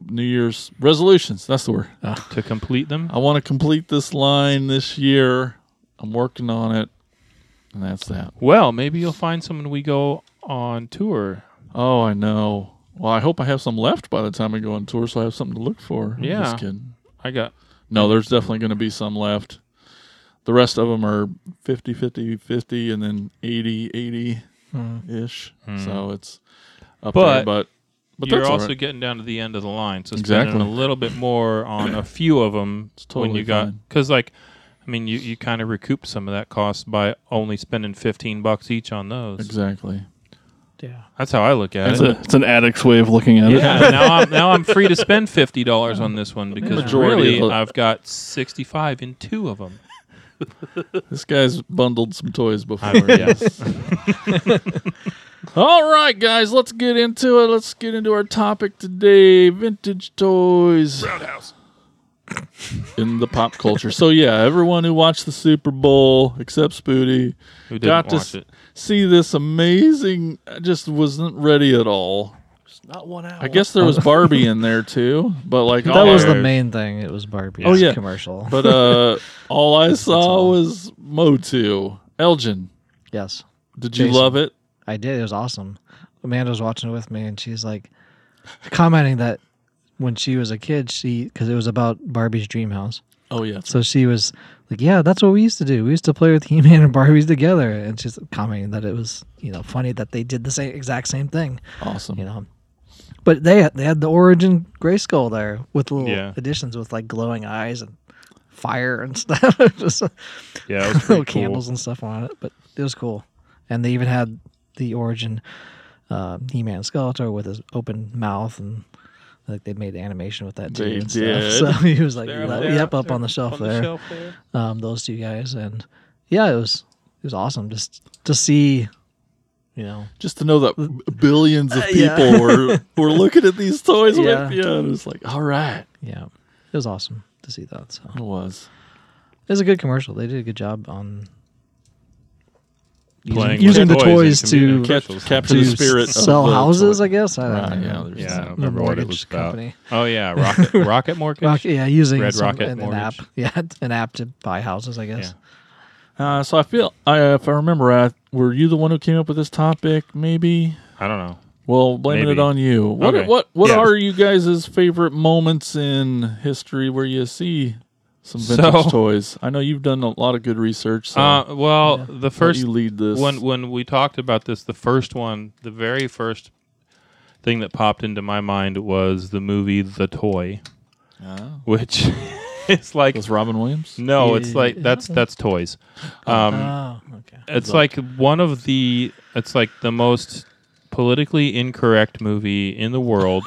New Year's resolutions, that's the word.
To complete them,
I want to complete this line this year. I'm working on it, and that's that.
well, maybe you'll find someone we go on tour.
Oh, I know. Well, I hope I have some left by the time I go on tour, so I have something to look for. I'm
Yeah.
just kidding.
I got
No, there's definitely going to be some left. The rest of them are 50, 50, 50, and then 80, 80 ish. So it's up there,
Hmm. But
but but
you're
that's all
also
right.
getting down to the end of the line, so
Exactly.
spending a little bit more on a few of them when
totally
you got
fine.
because, like, I mean, you, you kind of recoup some of that cost by only spending fifteen bucks each on those.
exactly.
Yeah.
That's how I look at
It's,
it.
a, it's an addict's way of looking at it.
Yeah, now I'm now I'm free to spend fifty dollars on this one because
Majority
really
of the-
I've got sixty five in two of them.
This guy's bundled some toys before.
yes.
All right, guys, let's get into it. Let's get into our topic today: vintage toys. Roundhouse. In the pop culture. So yeah, everyone who watched the Super Bowl, except Spooty,
Who didn't
got to
watch
s-
it?
see this amazing. I just wasn't ready at all.
Not one hour.
I guess there was Barbie in there too, but like
That was the
Alright.
main thing. It was Barbie's
Oh, yeah.
commercial.
But uh, all I saw
all.
was Motu. Elgin,
yes.
did you
Jason.
love it?
I did. It was awesome. Amanda was watching it with me, and she's like commenting that when she was a kid, she because it was about Barbie's dream house.
Oh yeah,
So she was like, "Yeah, that's what we used to do. We used to play with He-Man and Barbies together." And she's commenting that it was you know funny that they did the same exact same thing,
awesome.
you know. But they had- they had the origin Grayskull there with little
Yeah.
additions with like glowing eyes and fire and stuff, just
Yeah, it was
little
pretty cool.
candles and stuff on it. But it was cool, and they even had the origin uh, He-Man Skeletor with his open mouth, and I think they made animation with that too.
They
and
did.
Stuff. So he was like,
They're
"Yep,
there,
yep, up
they're
on the shelf
on the
there."
shelf there.
um, those two guys, and yeah, it was it was awesome just to see, you know,
just to know that b- billions of
Uh,
people
yeah.
were were looking at these toys
Yeah.
with you. And it was like, all right,
yeah, it was awesome to see that. So
it was.
it was a good commercial. They did a good job on
Playing
using
with
the
toys
toys
in
to-
community commercials.
capture
to
the spirit.
sell
of the
houses,
toy.
I guess. I don't
Right,
know.
yeah, there's
Yeah, I
that.
don't
The
remember what it
mortgage
was about.
company.
Oh yeah, Rocket Rocket Mortgage.
Rock- yeah, using
Red
some-
Rocket
an, an app.
mortgage.
Yeah, an app to buy houses, I guess.
Uh, so I feel, I, if I remember, right, were you the one who came up with this topic? Maybe.
I don't know.
Well, blaming
Maybe.
it on you. What
Okay.
what what
Yeah.
are you guys' favorite moments in history where you see some
So-
vintage toys? I know you've done a lot of good research. So
Uh, well, the
first
first
you lead this.
when when we talked about this, the first one, the very first thing that popped into my mind was the movie The Toy,
Ah.
which it's like
was Robin Williams.
no, it's
Yeah.
like that's that's toys. Um,
Oh, okay.
it's like one of the it's like the most politically incorrect movie in the world.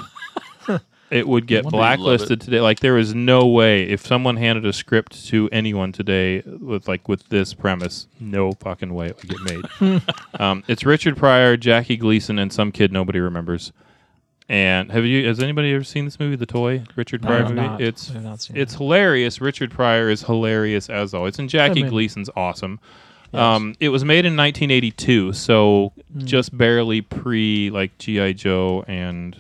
it would get
No wonder you love
blacklisted today. Like there is no way if someone handed a script to anyone today with like with this premise, no fucking way it would get made. um, it's Richard Pryor, Jackie Gleason, and some kid nobody remembers. And have you? Has anybody ever seen this movie, The Toy? Richard
No,
Pryor
I've
movie.
not.
It's
I've not seen
it's hilarious. Richard Pryor is hilarious as always, and Jackie
I mean-
Gleason's awesome. Um, it was made in 1982, so
Mm.
just barely pre like GI Joe and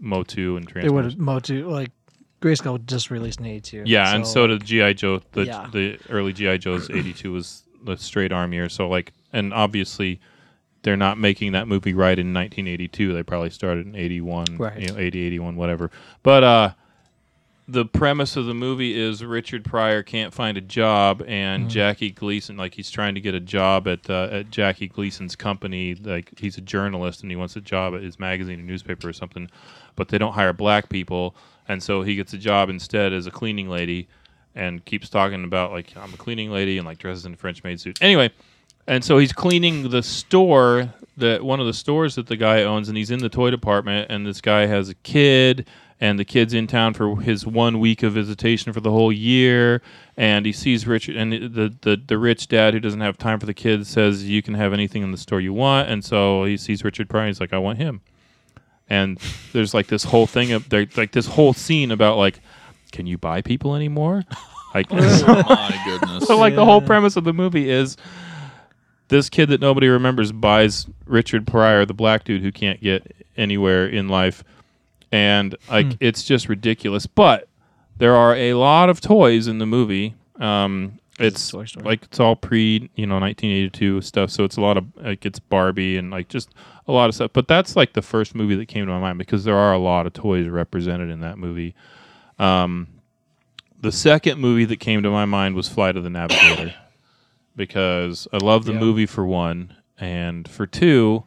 Motu and
It
Transformers.
would Motu like Grayskull just released in '82.
Yeah, and so did GI Joe. The
Yeah.
the early GI Joes '82 was the straight arm year. So like, and obviously, they're not making that movie right in 1982. They probably started in '81,
Right.
You know, '80, '81, whatever. But uh, the premise of the movie is Richard Pryor can't find a job, and Jackie Gleason, like he's trying to get a job at uh, at Jackie Gleason's company. Like he's a journalist and he wants a job at his magazine or newspaper or something, but they don't hire black people, and so he gets a job instead as a cleaning lady, and keeps talking about like I'm a cleaning lady and like dresses in a French maid suit. Anyway, and so he's cleaning the store that one of the stores that the guy owns, and he's in the toy department. And this guy has a kid, and the kid's in town for his one week of visitation for the whole year. And he sees Richard, and the the, the rich dad who doesn't have time for the kid says, "You can have anything in the store you want." And so he sees Richard Pryor. And he's like, "I want him." and there's like this whole thing of there, like this whole scene about like can you buy people anymore like so
My goodness.
like the whole premise of the movie is this kid that nobody remembers buys richard pryor the black dude who can't get anywhere in life and
Hmm.
like it's just ridiculous but there are a lot of toys in the movie um it's
Toy Story.
like it's all pre you know 1982 stuff so it's a lot of like it's barbie and like just a lot of stuff but that's like the first movie that came to my mind because there are a lot of toys represented in that movie um the second movie that came to my mind was flight of the navigator because i love the movie for one and for two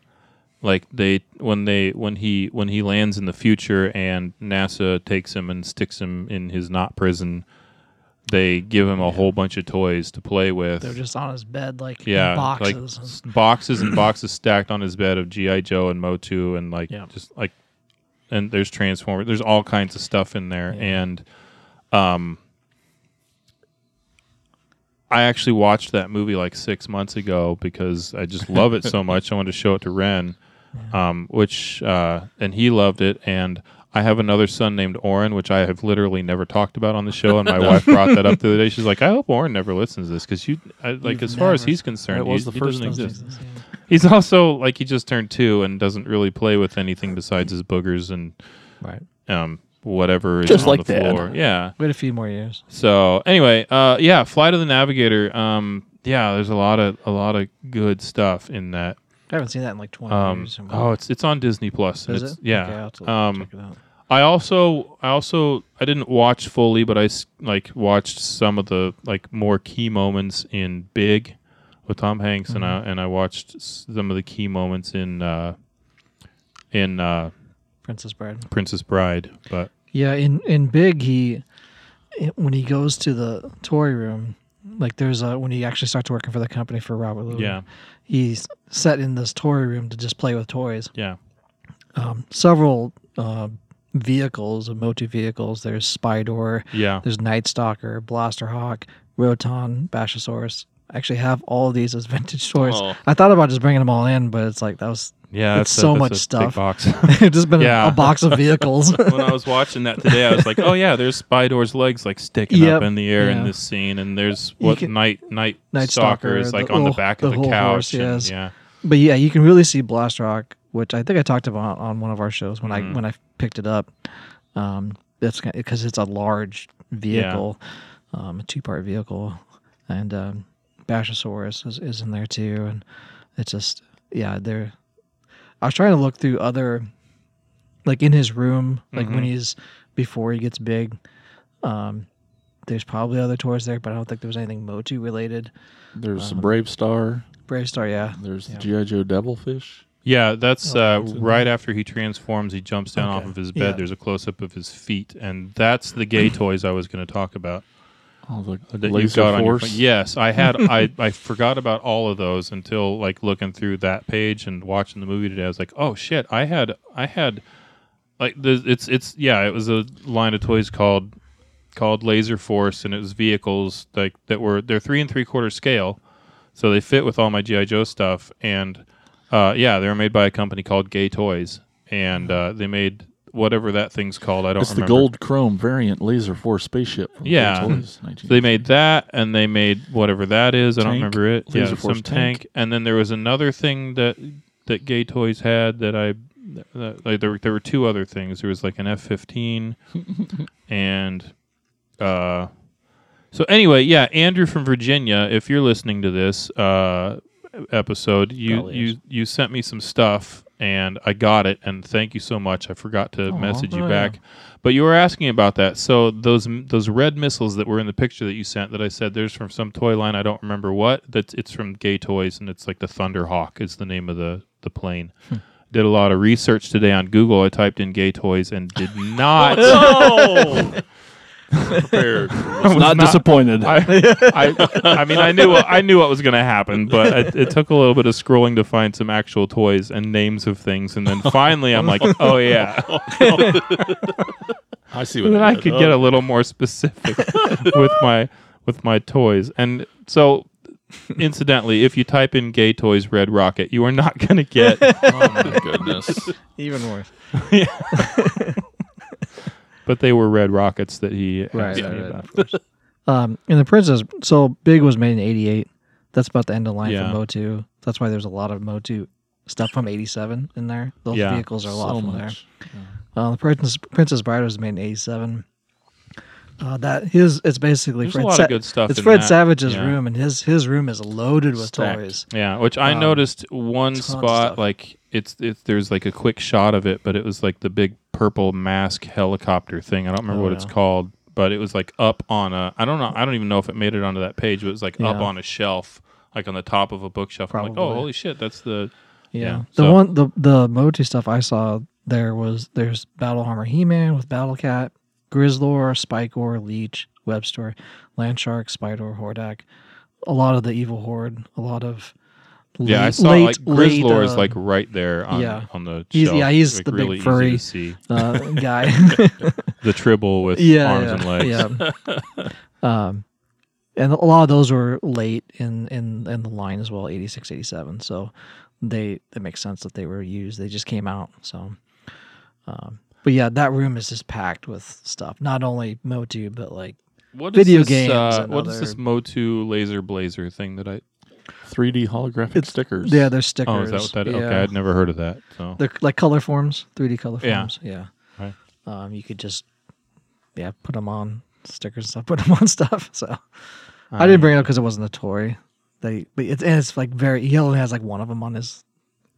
like they when they when he when he lands in the future and nasa takes him and sticks him in his not prison they give him a whole bunch of toys to play with
They're just on his bed like in
yeah,
boxes.
like s- boxes and boxes stacked on his bed of GI Joe and Motu and like
Yeah.
just like and there's Transformers. There's all kinds of stuff in there, and um, I actually watched that movie like six months ago because I just love it so much. I wanted to show it to Ren, um, which uh, and he loved it and. I have another son named Oren, which I have literally never talked about on the show, and my wife brought that up the other day. She's like, "I hope Oren never listens to this because you, I, like,
You've
as far as
never-
he's concerned,
That was the
he- he
first
doesn't
thing.
exist. He's also like he just turned two and doesn't really play with anything besides his boogers and
right.
um, whatever is
Just
on
like
the
Dad.
floor. Yeah.
Wait a few more years.
So anyway, uh, yeah, Flight of the Navigator. Um, yeah, there's a lot of a lot of good stuff in that.
I haven't seen that in like 20
Um,
years.
oh, it's it's on Disney Plus. and
is
it's-
it? Okay, I'll
Yeah.
have to
um,
check it out.
I also I also I didn't watch fully, but I s- like watched some of the like more key moments in Big with Tom Hanks, and
Mm-hmm.
I and I watched s- some of the key moments in uh, in uh,
Princess Bride.
Princess Bride. But
Yeah, in in Big, he when he goes to the toy room, like there's a when he actually starts working for the company for Robert Louis.
yeah,
he's set in this toy room to just play with toys.
yeah,
Um, several uh, vehicles, Motu vehicles. There's Spydor.
yeah,
There's Night Stalker, Blaster Hawk, Roton, Bashosaurus. I actually have all these as vintage toys.
Oh.
I thought about just bringing them all in, but it's like that was
yeah.
It's
that's a-
so
that's
much
a big
stuff.
box.
it's just been a-
Yeah.
a box of vehicles.
when I was watching that today, I was like, "Oh yeah, there's Spydor's legs like sticking
Yep,
up in the air
yeah.
in this scene, and there's what
can-
night night
Night
stalker,
Stalker,
is like
the
on the
little-
back
the
of the
whole
couch.
horse,
and-
yes.
Yeah,
But yeah, you can really see Blast Rock, which I think I talked about on one of our shows when I when I picked it up. Um, that's because it's a large vehicle, um, a two part vehicle, and um, Bashosaurus is, is in there too, and it's just yeah. There, I was trying to look through other, like in his room, like when he's before he gets big. Um, there's probably other toys there, but I don't think there was anything Motu related.
There's the Brave Star.
Brave Star, yeah,
There's the G.I. Joe Devilfish.
Yeah, that's
Oh,
uh,
that's in
right after he transforms. He jumps down
Okay.
off of his bed.
Yeah.
There's a close up of his feet, and that's the gay toys I was going to talk about.
Oh, the
That
Laser
you
Force.
got on your phone. Yes, I had. I I forgot about all of those until like looking through that page and watching the movie today. I was like, oh shit, I had I had like the it's it's yeah, it was a line of toys called called Laser Force, and it was vehicles like that were they're three and three quarter scale, so they fit with all my GI Joe stuff. And uh, yeah, they were made by a company called Gay Toys, and uh, they made whatever that thing's called. I don't.
It's the
remember.
gold chrome variant Laser Force spaceship. From
Yeah.
Toys,
So they made that, and they made whatever that is. I don't
Tank.
remember it.
Laser
yeah,
Force
some
tank.
tank. And then there was another thing that that Gay Toys had that I that, like there were- there were two other things. There was like an F fifteen, and uh, so anyway, yeah, Andrew from Virginia, if you're listening to this uh episode, you
Probably
you you sent me some stuff. And I got it, and thank you so much. I forgot to message you
Oh, yeah.
back. But you were asking about that. So those those red missiles that were in the picture that you sent that I said there's from some toy line I don't remember what. That's it's from Gay Toys and it's like the Thunderhawk is the name of the the plane.
Hmm.
Did a lot of research today on Google. I typed in Gay Toys and did not.
prepared.
was
Not, disappointed.
I, I, I mean, I knew I knew what was going to happen, but it, it took a little bit of scrolling to find some actual toys and names of things, and then finally, I'm like, oh yeah.
I see
And
what Oh,
then
I
I could get a little more specific with my with my toys. And so, incidentally, if you type in "gay toys red rocket," you are not going to get.
Oh my goodness!
Even worse.
but they were red rockets that he asked
Right,
me
right, right,
about.
of course. um, and the princess. So big was made in '88. That's about the end of line
Yeah.
for Motu. That's why there's a lot of Motu stuff from '87 in there. Those
Yeah.
vehicles are a lot
so
from
much.
there. Uh, the princess, princess Bride was made in '87. Uh, that his it's basically
There's a
Fred
lot of
Sa-
good stuff
It's
in
Fred
that.
Savage's
Yeah.
room, and his his room is loaded with
Stacked.
toys.
Yeah, which I
Um,
noticed one
tons of stuff.
spot like it's it's there's like a quick shot of it, but it was like the big purple mask helicopter thing. I don't remember
Oh,
what it's
yeah.
called, but it was like up on a I don't know I don't even know if it made it onto that page, but it was like up
Yeah.
on a shelf, like on the top of a bookshelf. I'm like, oh
Probably.
holy shit, that's the
Yeah.
Yeah,
The
so-
one the the Motu stuff I saw there was there's Battle Armor He Man with Battle Cat, Grizzlor, Spikor, Leech, Webster, Landshark, Spider, Hordak, a lot of the evil horde, a lot of
yeah. I
late-
saw like
late- late,
Grizzlor is
uh,
like right there on
yeah.
on the
He's-
shelf.
yeah, he's
like,
the big
really easy
furry-
to see.
uh, guy.
the tribble with
yeah,
arms
yeah,
and legs.
Yeah. um, and a lot of those were late in in in the line as well, 86, 87. So they it makes sense that they were used. They just came out. So, um, but yeah, that room is just packed with stuff. Not only Motu, but like
What is
Video
this,
games
Uh,
and
what is this
other-
Motu laser blazer thing that I?
3D holographic
It's-
stickers.
yeah, there's stickers.
Oh, is that what that?
Yeah.
Okay, I'd never heard of that. So
They're like color forms, 3D color
Yeah.
forms. Yeah.
Right.
Um, you could just yeah put them on stickers and stuff. Put them on stuff. So I didn't
Um,
bring it up because it wasn't a toy. They but it's and it's like very. He only has like one of them on his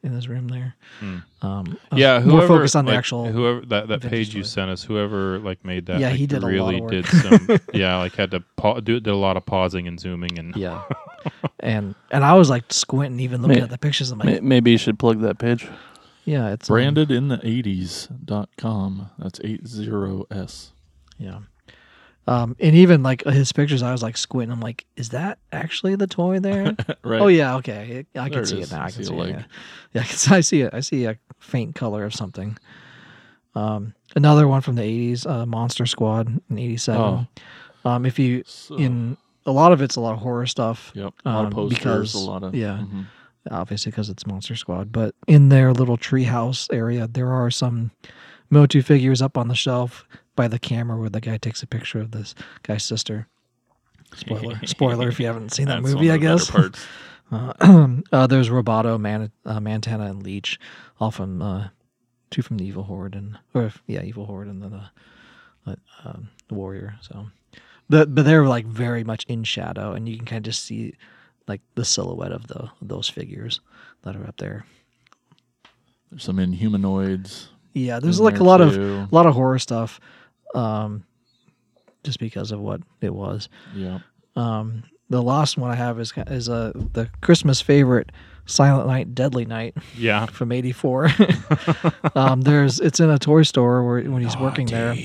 in his room there.
Hmm.
Um, I was
yeah, whoever,
more focused on the
like,
actual.
whoever that, that
vintage
page you
toy.
sent us. Whoever like made that,
Yeah,
like,
he did a lot of
really
work.
did some. yeah, like had to pa- do did a lot of pausing and zooming and
yeah. and and I was like squinting, even looking
May-
at the pictures. I'm like,
May- Maybe you should plug that page.
yeah, it's um,
Branded in the 80s.com. That's 80s.
Yeah. Um, and even like his pictures, I was like squinting. I'm like, is that actually the toy there?
Right.
Oh yeah, okay. I
There
I can
it
see
is.
it now. I can see,
a
it.
leg.
Yeah. yeah, I can see. I see it. I see a faint color of something. Um, another one from the '80s, uh, Monster Squad in '87. Um, if you
Oh. So,
in a lot of it's a lot of horror stuff,
yep. A lot
um,
of posters.
because-
a lot of.
yeah.
mhm.
obviously because it's Monster Squad. But in their little treehouse area, there are some Motu figures up on the shelf by the camera where the guy takes a picture of this guy's sister. Spoiler, spoiler! If you haven't seen that
That's
movie,
one
I
of the better
guess.
parts.
Uh, uh, there's Roboto, Man- uh, Montana, and Leech, all from uh, two from the Evil Horde, and or yeah, Evil Horde, and then the uh, um, the Warrior. So, but but they're like very much in shadow, and you can kind of just see like the silhouette of the those figures that are up there.
There's some inhumanoids.
Yeah, there's
in
like
there
a lot of
too.
a lot of horror stuff, um, just because of what it was.
Yeah.
Um, the last one I have is is uh, the Christmas favorite, Silent Night, Deadly Night
yeah.
from '84. um, there's it's in a toy store where when he's working there,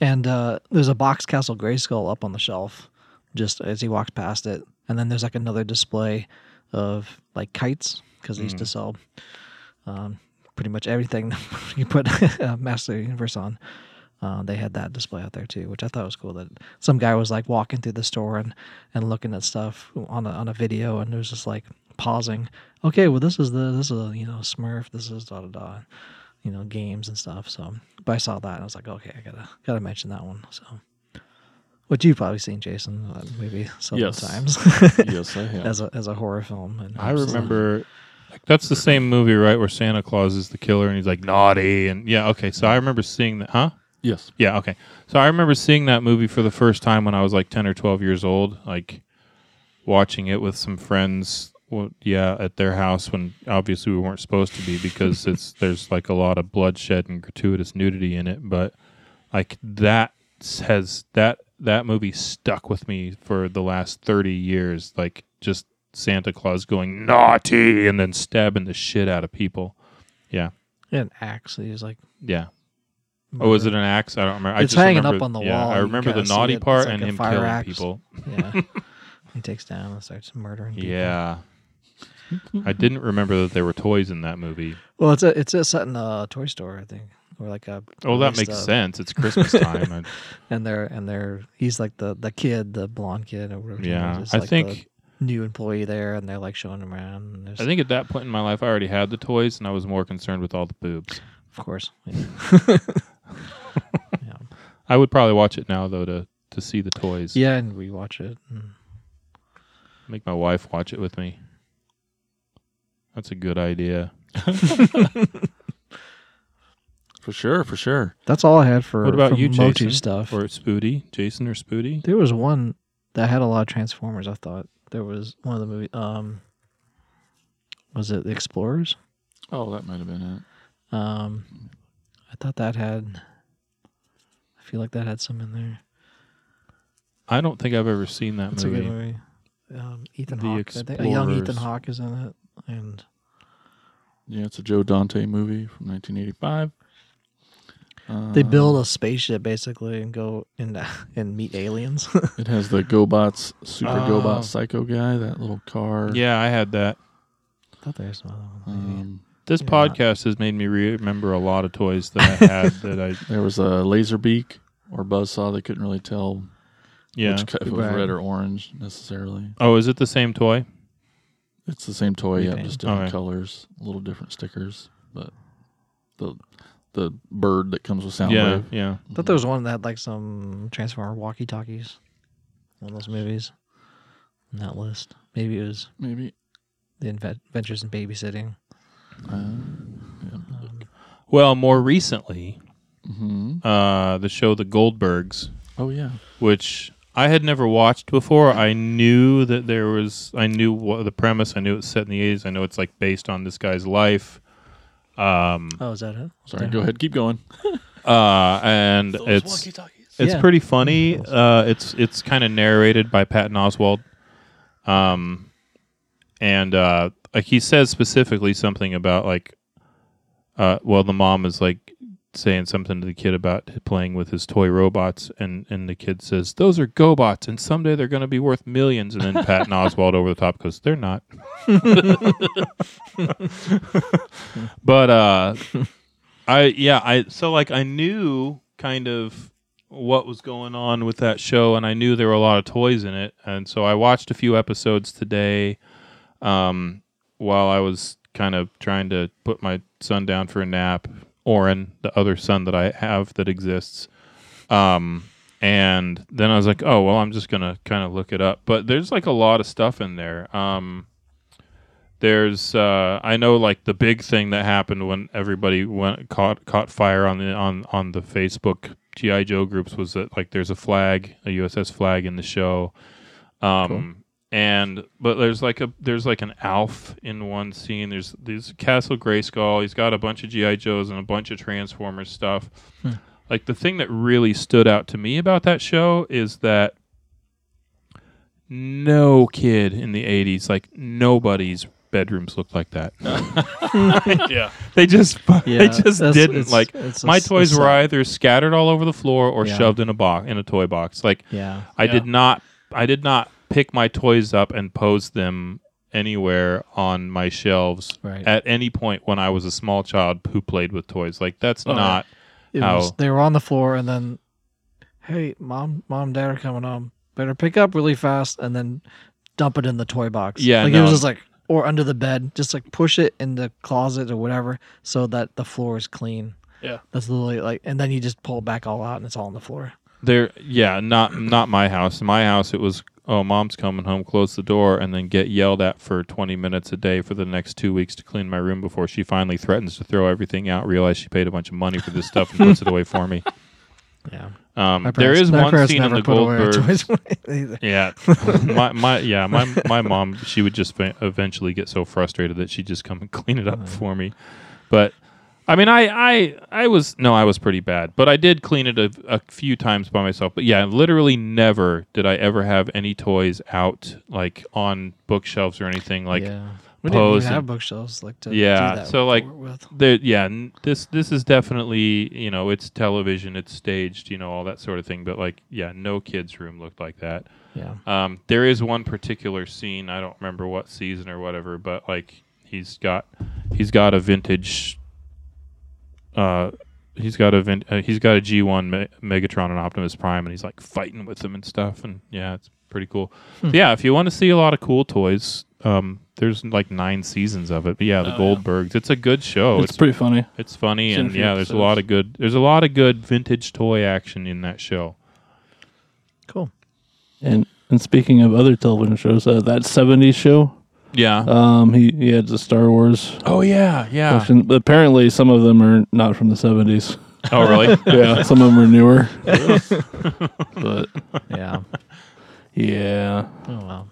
and uh, there's a box Castle Grayskull up on the shelf, just as he walks past it, and then there's like another display of like kites because they used to sell um, pretty much everything you put uh, Master of the Universe on. Uh, they had that display out there too, which I thought was cool. That some guy was like walking through the store and, and looking at stuff on a, on a video, and it was just like pausing. Okay, well this is the this is a, you know Smurf. This is da da da. you know, games and stuff. So, but I saw that and I was like, okay, I gotta gotta mention that one. So, which you've probably seen, Jason, that movie several
Yes.
times
yes, I have.
as a as a horror film. And
I remember like, that's the same movie, right, where Santa Claus is the killer and he's like naughty and yeah, okay. So I remember seeing that, huh?
Yes.
Yeah, okay. So I remember seeing that movie for the first time when I was like 10 or 12 years old, like watching it with some friends. Well, yeah, at their house when obviously we weren't supposed to be because it's there's like a lot of bloodshed and gratuitous nudity in it, but like that has that that movie stuck with me for the last 30 years, like just Santa Claus going naughty and then stabbing the shit out of people.
an axe. He was like,
Yeah. Oh, was it an axe? I don't remember. I
It's
just
hanging
remember-
up on the
yeah,
wall.
I
You
remember the
kinda see
naughty
it. It's
part
like
and
a
him
fire
killing
axe.
people.
yeah. he takes down and starts murdering. people.
Yeah. I didn't remember that there were toys in that movie.
Well, it's a, it's a set in a toy store, I think, or like a.
Oh, that
released
makes
a-
sense. It's Christmas time. I-
And they're and they're he's like the the kid, the blonde kid or whatever. his name
yeah,
is,
I
like
think
the new employee there, and they're like showing him around. And there's,
I think at that point in my life, I already had the toys, and I was more concerned with all the boobs.
of course. yeah.
I would probably watch it now though to to see the toys.
Yeah, and rewatch it. and-
make my wife watch it with me. That's a good idea.
For sure, for sure.
That's all I had for
what about
for
you,
Motu
Jason?
stuff.
or Spoody? Jason or Spoody?
there was one that had a lot of Transformers. I thought there was one of the movie. Um, was it The Explorers?
Oh, that might have been it.
Um, I thought that had. I feel like that had some in there.
I don't think I've ever seen that
It's a
movie.
good movie. Um, Ethan
The
Hawke. I think a young Ethan
Explorers.
Hawke is in it, and
Yeah, it's a Joe Dante movie from 1985.
they
Uh,
build a spaceship basically and go and and meet aliens.
It has the GoBots, Super
Oh.
GoBot Psycho guy, that little car.
Yeah, I had that.
I thought there was another
Uh,
one. maybe.
Um,
This
Yeah.
podcast has made me remember a lot of toys that I had that I
there was a Laserbeak or Buzzsaw. They couldn't really tell
yeah.
which co- if it was
Right.
red or orange necessarily.
oh, is it the same toy?
It's the same toy, yeah,
Repaint.
just different
Alright.
colors, a little different stickers, but the the bird that comes with Soundwave.
yeah, yeah.
I thought there was one that had like some Transformer walkie talkies. One of those movies. On that list. Maybe it was
Maybe.
The Inve- Adventures in Babysitting.
Uh,
Well, more recently,
mhm.
uh, the show The Goldbergs,
Oh yeah.
which I had never watched before. I knew that there was. I knew what the premise. I knew it was set in the eighties. I know it's like based on this guy's life. Um,
Oh, is that it?
Sorry. Go ahead. Keep going.
uh, and it's it's
Yeah.
pretty funny. Uh, it's it's kind of narrated by Patton Oswald, um, and uh, like he says specifically something about like, uh, well, the mom is like saying something to the kid about playing with his toy robots, and and the kid says those are GoBots, and someday they're going to be worth millions. And then Patton Oswald over the top goes, they're not. but uh, I yeah I so like I knew kind of what was going on with that show, and I knew there were a lot of toys in it, and so I watched a few episodes today, um, while I was kind of trying to put my son down for a nap. Oren, the other son that I have that exists, um, and then I was like, oh well, I'm just gonna kind of look it up. But there's like a lot of stuff in there. Um, there's uh, I know like the big thing that happened when everybody went caught caught fire on the on on the Facebook GI Joe groups was that like there's a flag a USS flag in the show, um, and but there's like a there's like an Alf in one scene. There's there's Castle Grayskull. He's got a bunch of GI Joes and a bunch of Transformers stuff.
Hmm.
Like the thing that really stood out to me about that show is that no kid in the 80s like nobody's bedrooms looked like that yeah they just they
Yeah,
just
that's-
didn't
it's-
like
it's a
my
s-
toys
it's
were
a-
either scattered all over the floor or
Yeah.
shoved in a box in a toy box like
Yeah.
i did not i did not pick my toys up and pose them anywhere on my shelves
Right.
at any point when i was a small child who played with toys like that's not
It
How-
was they were on the floor and then hey, mom mom dad are coming home. Better pick up really fast and then dump it in the toy box.
Yeah,
Like it
no.
was just like or under the bed. Just like push it in the closet or whatever so that the floor is clean.
Yeah.
That's literally like, and then you just pull it back all out and it's all on the floor.
There, yeah, not not my house. In my house, it was oh, mom's coming home, close the door, and then get yelled at for twenty minutes a day for the next two weeks to clean my room before she finally threatens to throw everything out. Realize she paid a bunch of money for this stuff and puts it away for me.
Yeah.
Um, there is one scene in the Goldberg.
either.
Yeah, my my yeah my my mom she would just fa- eventually get so frustrated that she'd just come and clean it up for me. But I mean, I I I was no, I was pretty bad, but I did clean it a, a few times by myself. But yeah, literally never did I ever have any toys out like on bookshelves or anything like.
yeah. We
Yeah.
didn't even
pose
have
and-
bookshelves like to
Yeah,
do that
so, like,
for- with.
There, yeah, n- this this is definitely you know it's television, it's staged, you know all that sort of thing. But like, yeah, no kids' room looked like that.
yeah.
Um, there is one particular scene I don't remember what season or whatever, but like he's got he's got a vintage. Uh, he's got a vin- uh, he's got a G one Me- Megatron and Optimus Prime, and he's like fighting with them and stuff, and yeah, it's pretty cool.
Hmm.
So, yeah, if you want to see a lot of cool toys, um, there's like nine seasons of it. But Oh, yeah, the Goldbergs, Oh, it's a good show.
it's, pretty funny.
It's funny
It's in a
and
few
yeah, there's a lot of good there's a lot of good vintage toy action in that show.
Cool.
And and speaking of other television shows, uh, that '70s show,
Yeah.
um, he he had the Star Wars.
oh yeah, yeah.
Question. But apparently, some of them are not from the '70s.
Oh really?
Yeah, some of them are newer. but
Yeah.
yeah,
Oh well.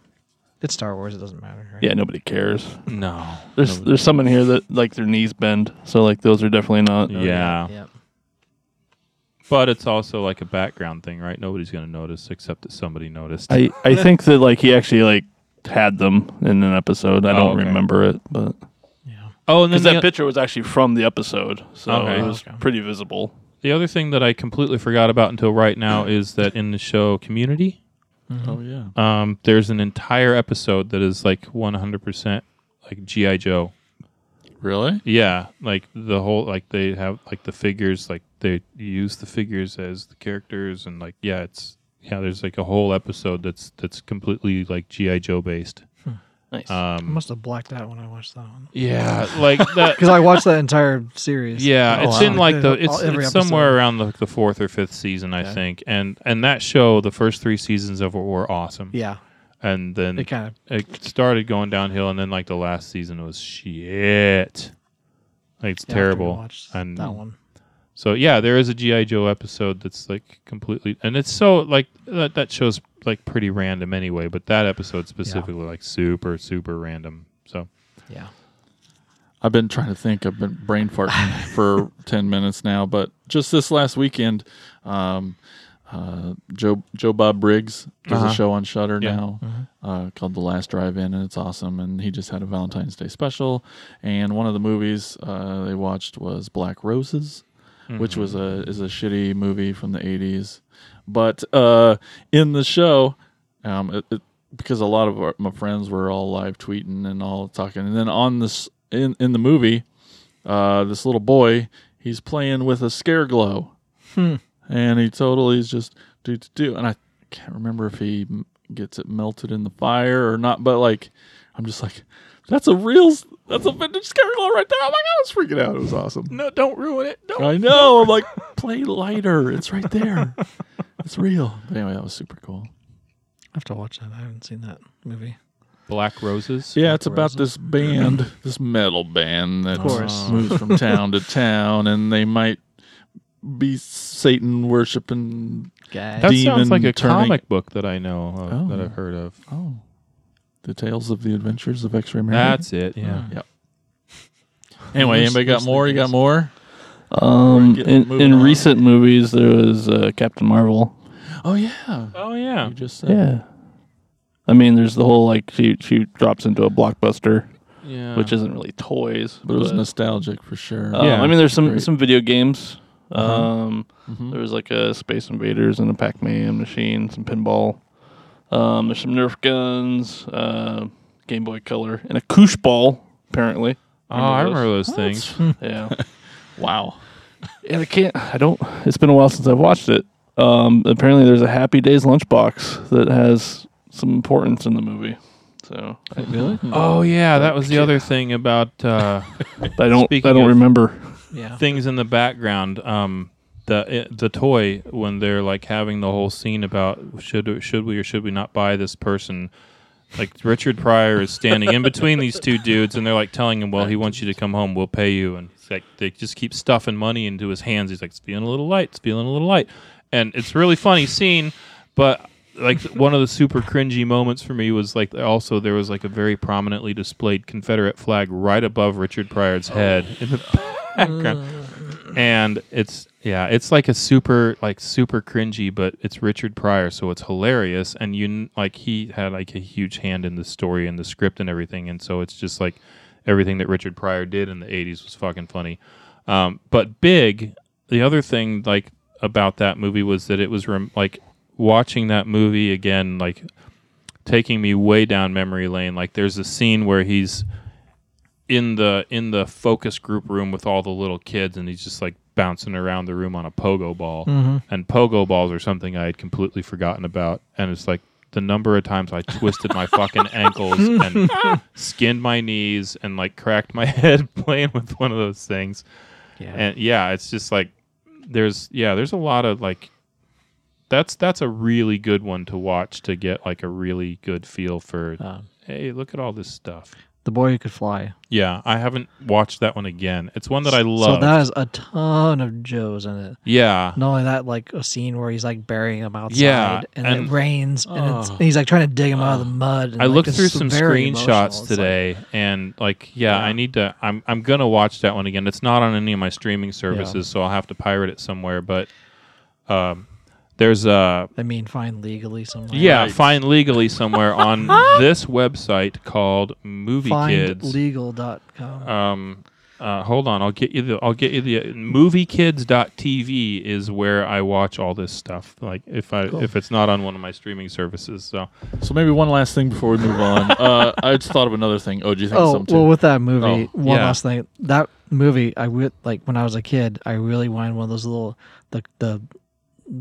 It's Star Wars. It doesn't matter. Right?
yeah, nobody cares.
no.
There's there's some in here that like their knees bend, so like those are definitely not.
yeah.
Yep.
But it's also like a background thing, right? Nobody's going to notice except that somebody noticed.
I I think that like he actually like had them in an episode. I
Oh,
don't
okay.
remember it, but
oh, and then
because
the,
that picture was actually from the episode, so
Okay.
it was
Okay.
pretty visible.
the other thing that I completely forgot about until right now is that in the show Community,
Oh yeah.
um, there's an entire episode that is like 100% like GI Joe.
Really?
Yeah, like the whole like they have like the figures like they use the figures as the characters and like yeah, it's yeah, there's like a whole episode that's that's completely like GI Joe based.
Hmm. Nice.
I
Um
must have blacked out when I watched that one
yeah, like that
because I watched that entire series.
Yeah,
Oh,
it's
wow.
in like the
All-
it's,
every
it's somewhere
episode.
around the, the fourth or fifth season, I think. And and that show, the first three seasons of it were awesome.
Yeah,
and then
it
it,
kind of
started going downhill, and then like the last season was shit. Like it's terrible. And
that one.
so yeah, there is a GI Joe episode that's like completely, and it's so like that that show's like pretty random anyway. But that episode specifically, like super super random. So
Yeah,
I've been trying to think. I've been brain farting for ten minutes now, but just this last weekend, um, uh, Joe Joe Bob Briggs does
Uh-huh.
a show on Shutter
Yeah. Mm-hmm.
now uh, called The Last Drive In, and it's awesome. And he just had a Valentine's Day special, and one of the movies uh, they watched was Black Roses, which was a is a shitty movie from the '80s, but uh, in the show, um, it, it, because a lot of our, my friends were all live tweeting and all talking, and then on this in in the movie, uh, this little boy he's playing with a scare glow, and he totally is just do do do, and I can't remember if he m- gets it melted in the fire or not, but like I'm just like that's a real s- that's a vintage scare glow right there. Oh my god, I was freaking out. It was awesome.
no, don't ruin it. Don't.
I know. I'm like, play lighter. It's right there. It's real. But anyway, that was super cool.
I have to watch that. I haven't seen that movie.
Black Roses.
Yeah, it's about this band, this metal band that
course.
moves from town to town, and they might be Satan worshiping.
Guy.
That sounds like
demon-turning-
a comic book that I know of,
Oh,
that
yeah.
I've heard of.
Oh, the tales of the adventures of X-ray Mary.
That's it. Yeah.
anyway.
Loose-
anybody got
loosely
more? You got
based.
more?
um,
getting-
in,
moving
in
on.
recent movies, there was uh, Captain Marvel.
Oh yeah.
Oh yeah.
You just said.
Yeah, I mean, there's the whole like she she drops into a blockbuster,
Yeah.
which isn't really toys,
But it was nostalgic for sure.
Um,
Yeah.
I mean, there's some
Great.
some video games. Um,
Mhm.
There was like a Space Invaders and a Pac-Man machine, some pinball. Um, there's some Nerf guns, uh, Game Boy Color, and a koosh ball. Apparently,
Oh, I
Remember
remember
those?
those things.
yeah.
Wow.
and I can't. I don't. It's been a while since I've watched it. Um, apparently, there's a Happy Days lunchbox that has some importance in the movie. So
Really?
Oh yeah, that was the other thing about uh,
but I don't.
Speaking
I don't
of-
remember.
Yeah.
things in the background. Um, the it, the toy when they're like having the whole scene about should should we or should we not buy this person. Like Richard Pryor is standing in between these two dudes, and they're like telling him, "Well, he wants you to come home. We'll pay you." And it's like they just keep stuffing money into his hands. He's like, "It's feeling a little light. It's feeling a little light," and it's really funny scene. But like one of the super cringy moments for me was like also there was like a very prominently displayed Confederate flag right above Richard Pryor's head in the background and it's yeah, it's like a super like super cringy, but it's Richard Pryor, so it's hilarious. And you kn- like he had like a huge hand in the story and the script and everything, and so it's just like everything that Richard Pryor did in the '80s was fucking funny. Um, but Big, the other thing like about that movie was that it was rem- like watching that movie again, like taking me way down memory lane. Like there's a scene where he's in the in the focus group room with all the little kids and he's just like bouncing around the room on a pogo ball and pogo balls are something i had completely forgotten about and it's like the number of times i twisted my fucking ankles and skinned my knees and like cracked my head playing with one of those things
Yeah.
and yeah it's just like there's yeah there's a lot of like that's that's a really good one to watch to get like a really good feel for
Um,
hey look at all this stuff
the boy who could fly.
yeah, I haven't watched that one again. It's one that I
So
love.
that has a ton of Joes in it.
yeah.
Not only that, like a scene where he's like burying him outside,
Yeah,
and,
and- Oh.
it rains, and, it's, and he's like trying to dig him out of the mud. And,
I
like,
looked
it's
through some
very emotional.
screenshots
It's
today and like yeah, I need to I'm I'm going to watch that one again. It's not on any of my streaming services, so I'll have to pirate it somewhere, but um there's a
Like, I mean, fine legally somewhere.
yeah, find legally somewhere on this website called Movie Kids.
findlegal.com.
um uh, hold on, I'll get you the I'll get you the moviekids.tv is where I watch all this stuff. Like if I if it's not on one of my streaming services, so
So maybe one last thing before we move on. uh, I just thought of another thing. Oh, do you think
Oh
something?
well, with that movie,
Oh,
one
yeah.
last thing. That movie, I would like when I was a kid. I really wanted one of those little the the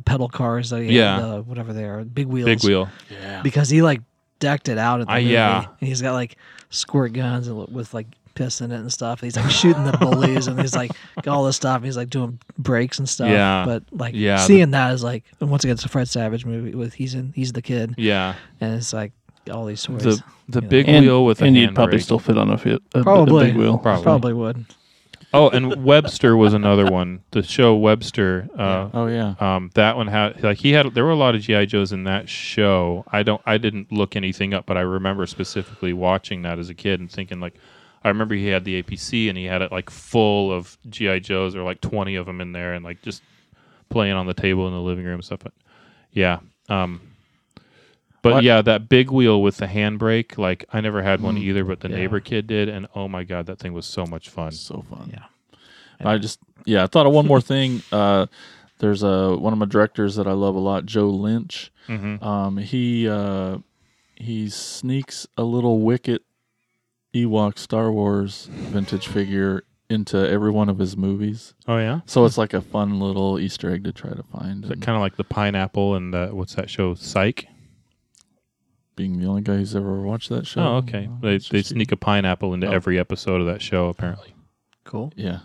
pedal cars that he
Yeah.
had, the, whatever they are, big wheels.
big wheel.
because he like decked it out at the
Ah,
movie,
yeah.
and he's got like squirt guns and with like piss in it and stuff. And he's like shooting the bullies and he's like got all this stuff. And he's like doing breaks and stuff.
Yeah.
but like
Yeah, the-
seeing that is like and once again it's a Fred Savage movie with he's in he's the kid
Yeah,
and it's like all these toys.
the the big
And,
wheel with a
and
hand
you'd probably
brake.
still fit on a, fi- a, a
Probably.
big wheel.
Probably.
Probably would.
Oh, and Webster was another one. The show Webster. Uh,
oh yeah.
Um, that one had like he had there were a lot of GI Joes in that show. I don't I didn't look anything up, but I remember specifically watching that as a kid and thinking like I remember he had the APC and he had it like full of GI Joes or like 20 of them in there and like just playing on the table in the living room and stuff. But yeah. Um but
What-
yeah, that big wheel with the handbrake, like I never had one either, but the neighbor kid did, and oh my god, that thing was so much fun.
So fun.
Yeah.
I just yeah, I thought of one more thing. Uh, there's a one of my directors that I love a lot, Joe Lynch.
Mm-hmm.
Um, he uh, he sneaks a little wicket Ewok Star Wars vintage figure into every one of his movies.
Oh yeah,
So it's like a fun little Easter egg to try to find. and
kind of like the pineapple and the, what's that show, Psych?
being the only guy who's ever watched that show.
Oh, okay.
uh,
They,
it's
they
just-
sneak a pineapple into
Oh.
every episode of that show, apparently.
Cool.
Yeah.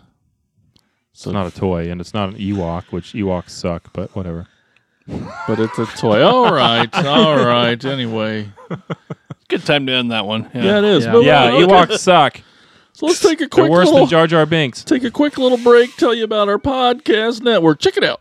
So
It's not a toy, and it's not an Ewok, which Ewoks suck, but whatever.
but it's a toy. all right, all right. Anyway,
Good time to end that one. Yeah.
yeah, it is.
Yeah.
But
Yeah,
we're- okay.
Ewoks suck.
So let's take a
They're
quick
worse
little
than Jar Jar Binks.
take a quick little break, tell you about our podcast network. Check it out.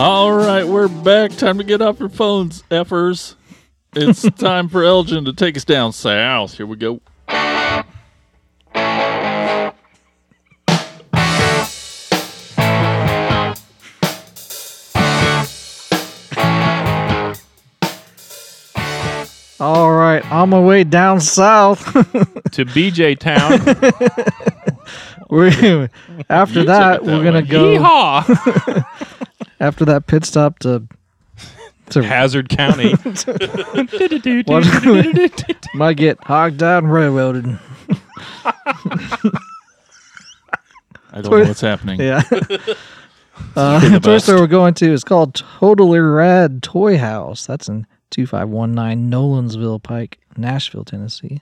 All right, we're back. Time to get off your phones, effers. It's time for Elgin to take us down south. Here we go.
All right, on my way down south.
to BJ Town.
we after that, we're gonna go
Yeehaw!
after that pit stop to to
Hazard County.
what, might get hogged out and railroaded.
I don't know what's happening.
Yeah. Uh, the toy store we're going to is called Totally Rad Toy House. That's in 2519 Nolansville Pike, Nashville, Tennessee,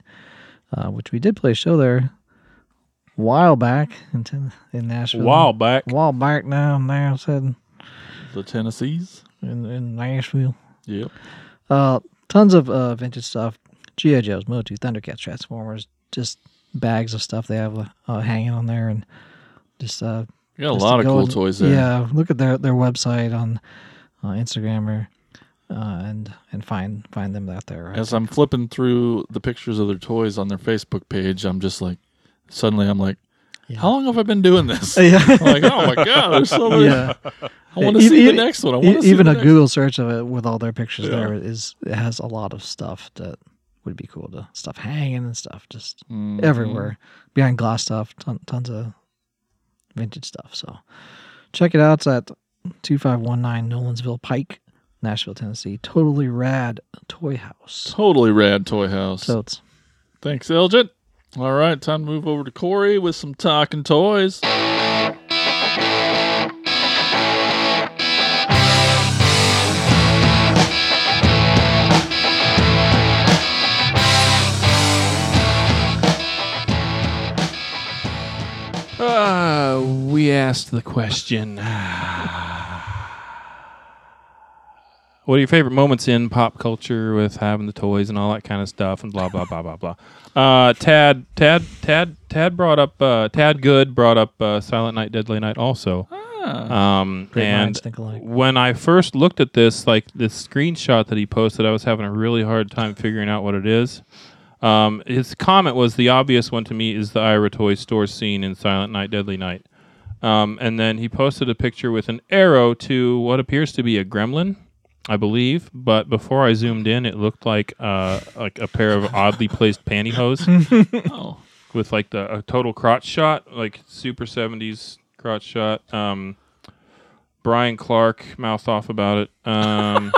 uh, which we did play a show there a while back in, Ten- in Nashville.
While back.
while back now, now said
The Tennessees.
in, in Nashville.
Yep.
Uh, tons of uh, vintage stuff. G.I. Joe's, Motu, Thundercats, Transformers, just bags of stuff they have uh, hanging on there and just uh,
We got a
just
lot
to
of
go
cool
and-
toys there.
Yeah, look at their their website on uh, Instagram or uh, and and find find them out there. Right?
As I'm flipping through the pictures of their toys on their Facebook page, I'm just like, suddenly I'm like, how long have I been doing this?
yeah.
I'm like, oh my god, there's so many.
yeah.
I want to
E-
see the
e-
next one. I
E-
want to see
Even
the
a
next
Google search of it with all their pictures
Yeah.
there is it has a lot of stuff that would be cool to stuff hanging and stuff just
Mm-hmm.
one.
everywhere behind glass stuff, ton, tons of vintage stuff. So check it out. It's at 2519 Nolansville Pike, Nashville, Tennessee. Totally rad toy house.
Totally rad toy house.
So it's
Thanks, Elgin. All right, time to move over to Corey with some talking toys.
Uh, we asked the question. What are your favorite moments in pop culture with having the toys and all that kind of stuff and blah blah blah blah blah? Uh, Tad Tad Tad Tad brought up uh, Tad Good brought up uh, Silent Night Deadly Night also. Um,
Great
and
minds think alike.
when I first looked at this, like this screenshot that he posted, I was having a really hard time figuring out what it is. Um, his comment was the obvious one to me is the Ira toy store scene in Silent Night, Deadly Night. Um, and then he posted a picture with an arrow to what appears to be a gremlin, I believe. But before I zoomed in, it looked like uh, like a pair of oddly placed pantyhose
Oh,
with like the a total crotch shot, like super seventies crotch shot. Um, Brian Clark mouthed off about it. Um,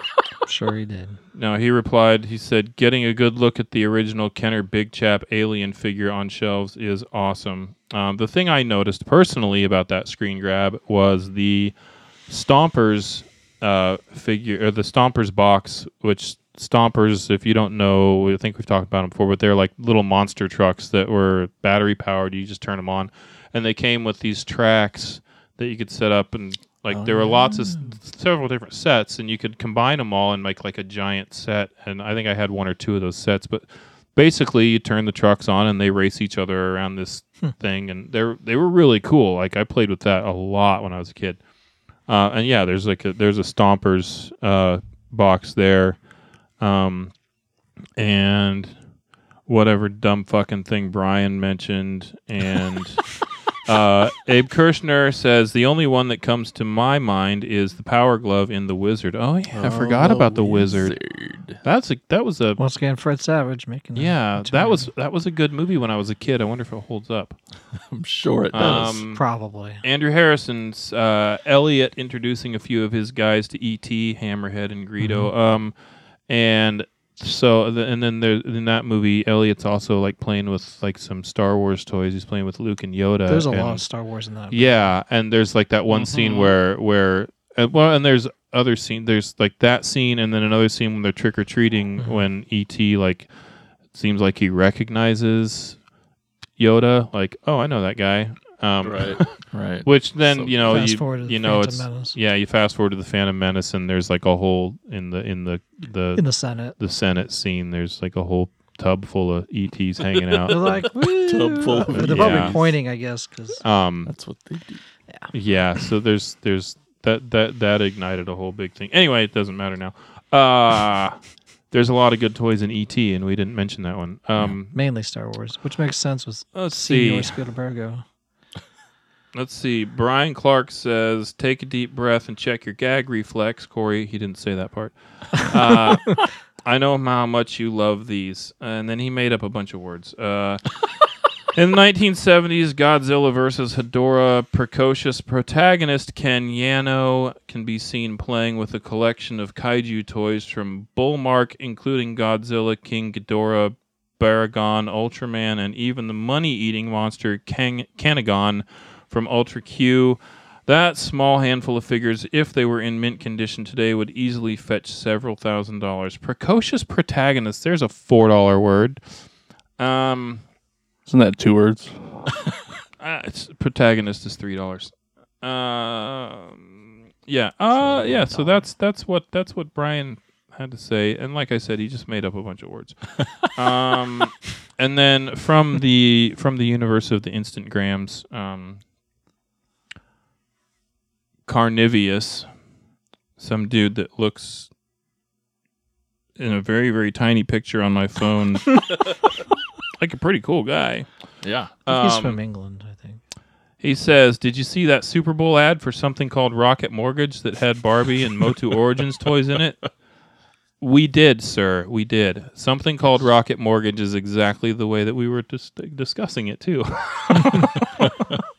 Sure he did.
No, he replied, he said, getting a good look at the original Kenner Big Chap alien figure on shelves is awesome. Um, the thing I noticed personally about that screen grab was the Stompers uh, figure, or the Stompers box, which Stompers, if you don't know, I think we've talked about them before, but they're like little monster trucks that were battery powered. You just turn them on. And they came with these tracks that you could set up and like there were lots of s- several different sets and you could combine them all and make like a giant set and i think i had one or two of those sets but basically you turn the trucks on and they race each other around this thing and they are they were really cool like i played with that a lot when i was a kid uh, and yeah there's like a, there's a stompers uh, box there um, and whatever dumb fucking thing brian mentioned and uh, Abe Kirshner says the only one that comes to my mind is the Power Glove in the Wizard. Oh yeah, I forgot about the Wizard. That's a that was a
Once again, Fred Savage making. a
yeah that
return.
was that was a good movie when I was a kid. I wonder if it holds up.
I'm sure it does.
Um,
probably.
Andrew Harrison's uh, Elliot introducing a few of his guys to E.T., Hammerhead, and
Mm-hmm.
Greedo. Um, and so the, and then there in that movie, Elliot's also like playing with like some Star Wars toys. He's playing with Luke and Yoda.
There's a
and-
lot of Star Wars in that.
Yeah, and there's like that one scene
Mm-hmm.
where where uh, well, and there's other scene. There's like that scene, and then another scene when they're trick or treating
Mm-hmm.
when ET like seems like he recognizes Yoda. Like, oh, I know that guy. Um,
right, right.
Which then
So
you know
fast
you
forward to the
you know
Phantom
it's
Menace.
yeah you fast forward to the Phantom Menace and there's like a whole in the in the the
in the Senate.
the Senate scene there's like a whole tub full of ETs hanging
They're
out.
like, "Woo!"
full of
they're probably
ETs.
pointing, I guess, because
Um,
That's what they do.
yeah so there's there's that that that ignited a whole big thing anyway it doesn't matter now uh there's a lot of good toys in et and we didn't mention that one um
mainly Star Wars, which makes sense with
Let's
Senior
see.
Spielbergo.
let's see brian clark says take a deep breath and check your gag reflex corey he didn't say that part uh I know how much you love these. And then he made up a bunch of words. Uh, in the 1970s, Godzilla versus Hedorah, precocious protagonist Ken Yano can be seen playing with a collection of kaiju toys from Bullmark, including Godzilla, King Ghidorah, Baragon, Ultraman, and even the money eating monster Kang- Kanagon from Ultra Q. That small handful of figures, if they were in mint condition today, would easily fetch several thousand dollars. Precocious protagonist, there's a $4 word. Um,
Isn't that two words?
uh, it's, protagonist is three dollars. Um, yeah, uh, yeah. So that's that's what that's what Brian had to say, and like I said, he just made up a bunch of words. um, and then from the from the universe of the instant grams, um, Carnivius, some dude that looks in a very very tiny picture on my phone. Like a pretty cool guy.
Yeah.
He's
Um,
from England, I think.
he says, "Did you see that Super Bowl ad for something called Rocket Mortgage that had Barbie and Motu Origins toys in it?" We did, sir. We did. Something called Rocket Mortgage is exactly the way that we were dis- discussing it too.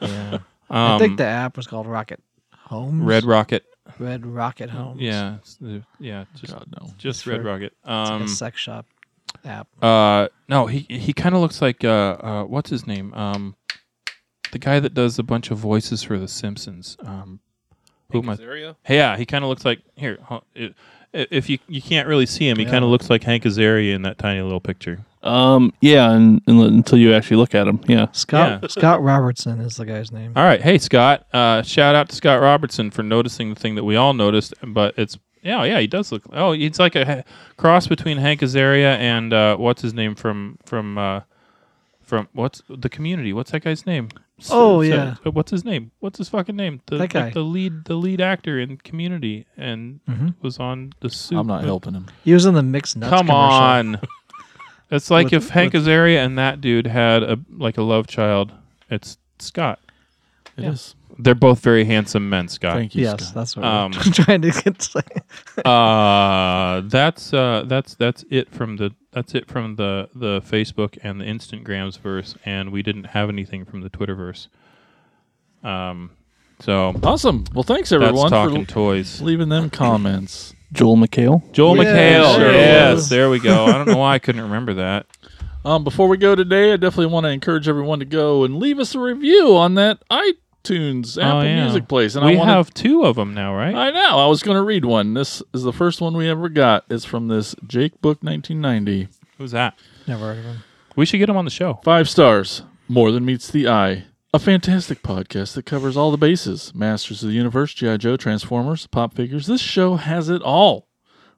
Yeah.
Um,
I think the app was called Rocket Homes.
Red Rocket.
Red Rocket Homes.
Yeah, it's the- yeah, just
God, no.
just Red
for-
Rocket.
It's like
Um,
a sex shop app.
uh, no, he he kind of looks like uh, uh, what's his name? Um, the guy that does a bunch of voices for The Simpsons. Um, who am I? Hey, Yeah, he kind of looks like here. huh, i- i- If you you can't really see him, he kind of looks like Hank Azaria in that tiny little picture.
Um, yeah, and, and until you actually look at them, yeah.
Scott
yeah.
Scott Robertson is the guy's name.
All right, hey Scott. Uh, shout out to Scott Robertson for noticing the thing that we all noticed. But it's yeah, yeah, he does look. Oh, he's like a ha- cross between Hank Azaria and uh, what's his name from from uh, from what's the community? What's that guy's name?
Oh,
S-
yeah.
uh, what's his name? What's his fucking name? The,
That guy. Mm-hmm.
the lead the lead actor in Community and was on the suit.
I'm not helping him.
He was in the mixed nuts.
Come
commercial.
on. it's like
With-
if Hank Azaria and that dude had a like a love child. It's Scott.
It is.
They're both very handsome men, Scott.
Thank you,
Yes,
Scott.
that's what
Um,
I'm trying to get. To
uh that's uh that's that's it from the that's it from the the Facebook and the Instagrams verse and we didn't have anything from the Twitterverse. Um so
Awesome. Well, thanks
that's
everyone
talking
for
toys.
leaving them comments.
Joel McHale.
Joel
Yeah,
McHale.
sure
yes,
was.
there we go. I don't know why I couldn't remember that.
Um, before we go today, I definitely want to encourage everyone to go and leave us a review on that iTunes Apple
oh, yeah.
Music place. And
we
I Uh, want
have two of them now, right?
I know. I was going to read one. This is the first one we ever got. It's from this Jake Book 1990.
Who's that?
Never heard of him.
We should get him on the show.
Five stars. More than meets the eye. A fantastic podcast that covers all the bases Masters of the Universe, G.I. Joe, Transformers, pop figures. This show has it all.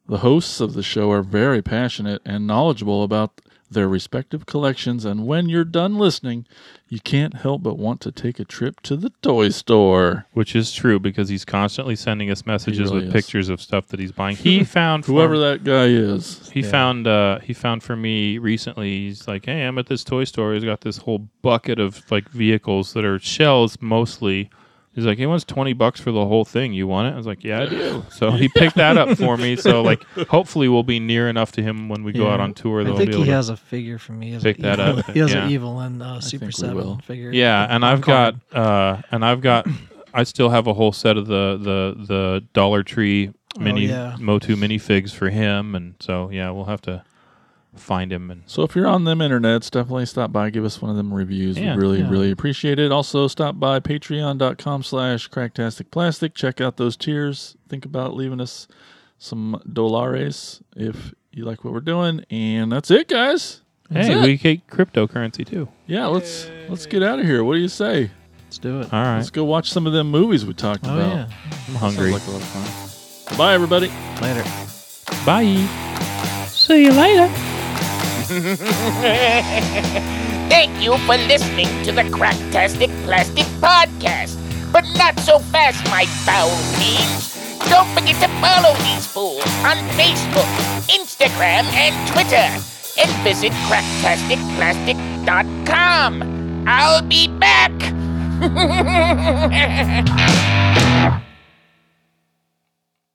The hosts of the show are very passionate and knowledgeable about their respective collections, and when you're done listening, you can't help but want to take a trip to the toy store.
Which is true because he's constantly sending us messages
really
with
is.
pictures of stuff that he's buying. He found
Whoever
for-
that guy is.
he found uh, he found for me recently. He's like, "Hey, I'm at this toy store. He's got this whole bucket of like vehicles that are shells mostly." He's like, "He wants twenty bucks for the whole thing. You want it?" I was like, "Yeah, I do." So he picked that up for me. So like, hopefully, we'll be near enough to him when we go
Yeah.
out on tour. that
I
we'll
think
be
he
able to-
has a figure for me. He has
pick
an
that
evil,
up.
He has
Yeah.
an evil and uh,
think
Super
we will.
Seven figure.
Yeah, and I've got
Card.
uh, and I've got I still have a whole set of the the the Dollar Tree mini
Oh, yeah.
Motu minifigs for him, and so yeah, we'll have to find him and
So if you're on them internets, definitely stop by, give us one of them reviews.
Yeah,
we really,
yeah.
really appreciate it. Also stop by patreon.com slash cracktastic plastic. Check out those tiers. Think about leaving us some dolares if you like what we're doing. And that's it, guys. That's
hey,
it.
we get cryptocurrency too.
yeah, let's let's get out of here. What do you say?
Let's do it.
All right,
Let's go watch some of them movies we talked
Oh
about.
I'm hungry.
Sounds like a lot of fun. Bye everybody.
yeah. Later.
Bye.
See you later.
Thank you for listening to the Cracktastic Plastic Podcast. But not so fast, my foul fiends. Don't forget to follow these fools on Facebook, Instagram, and Twitter. And visit cracktasticplastic.com. I'll be back.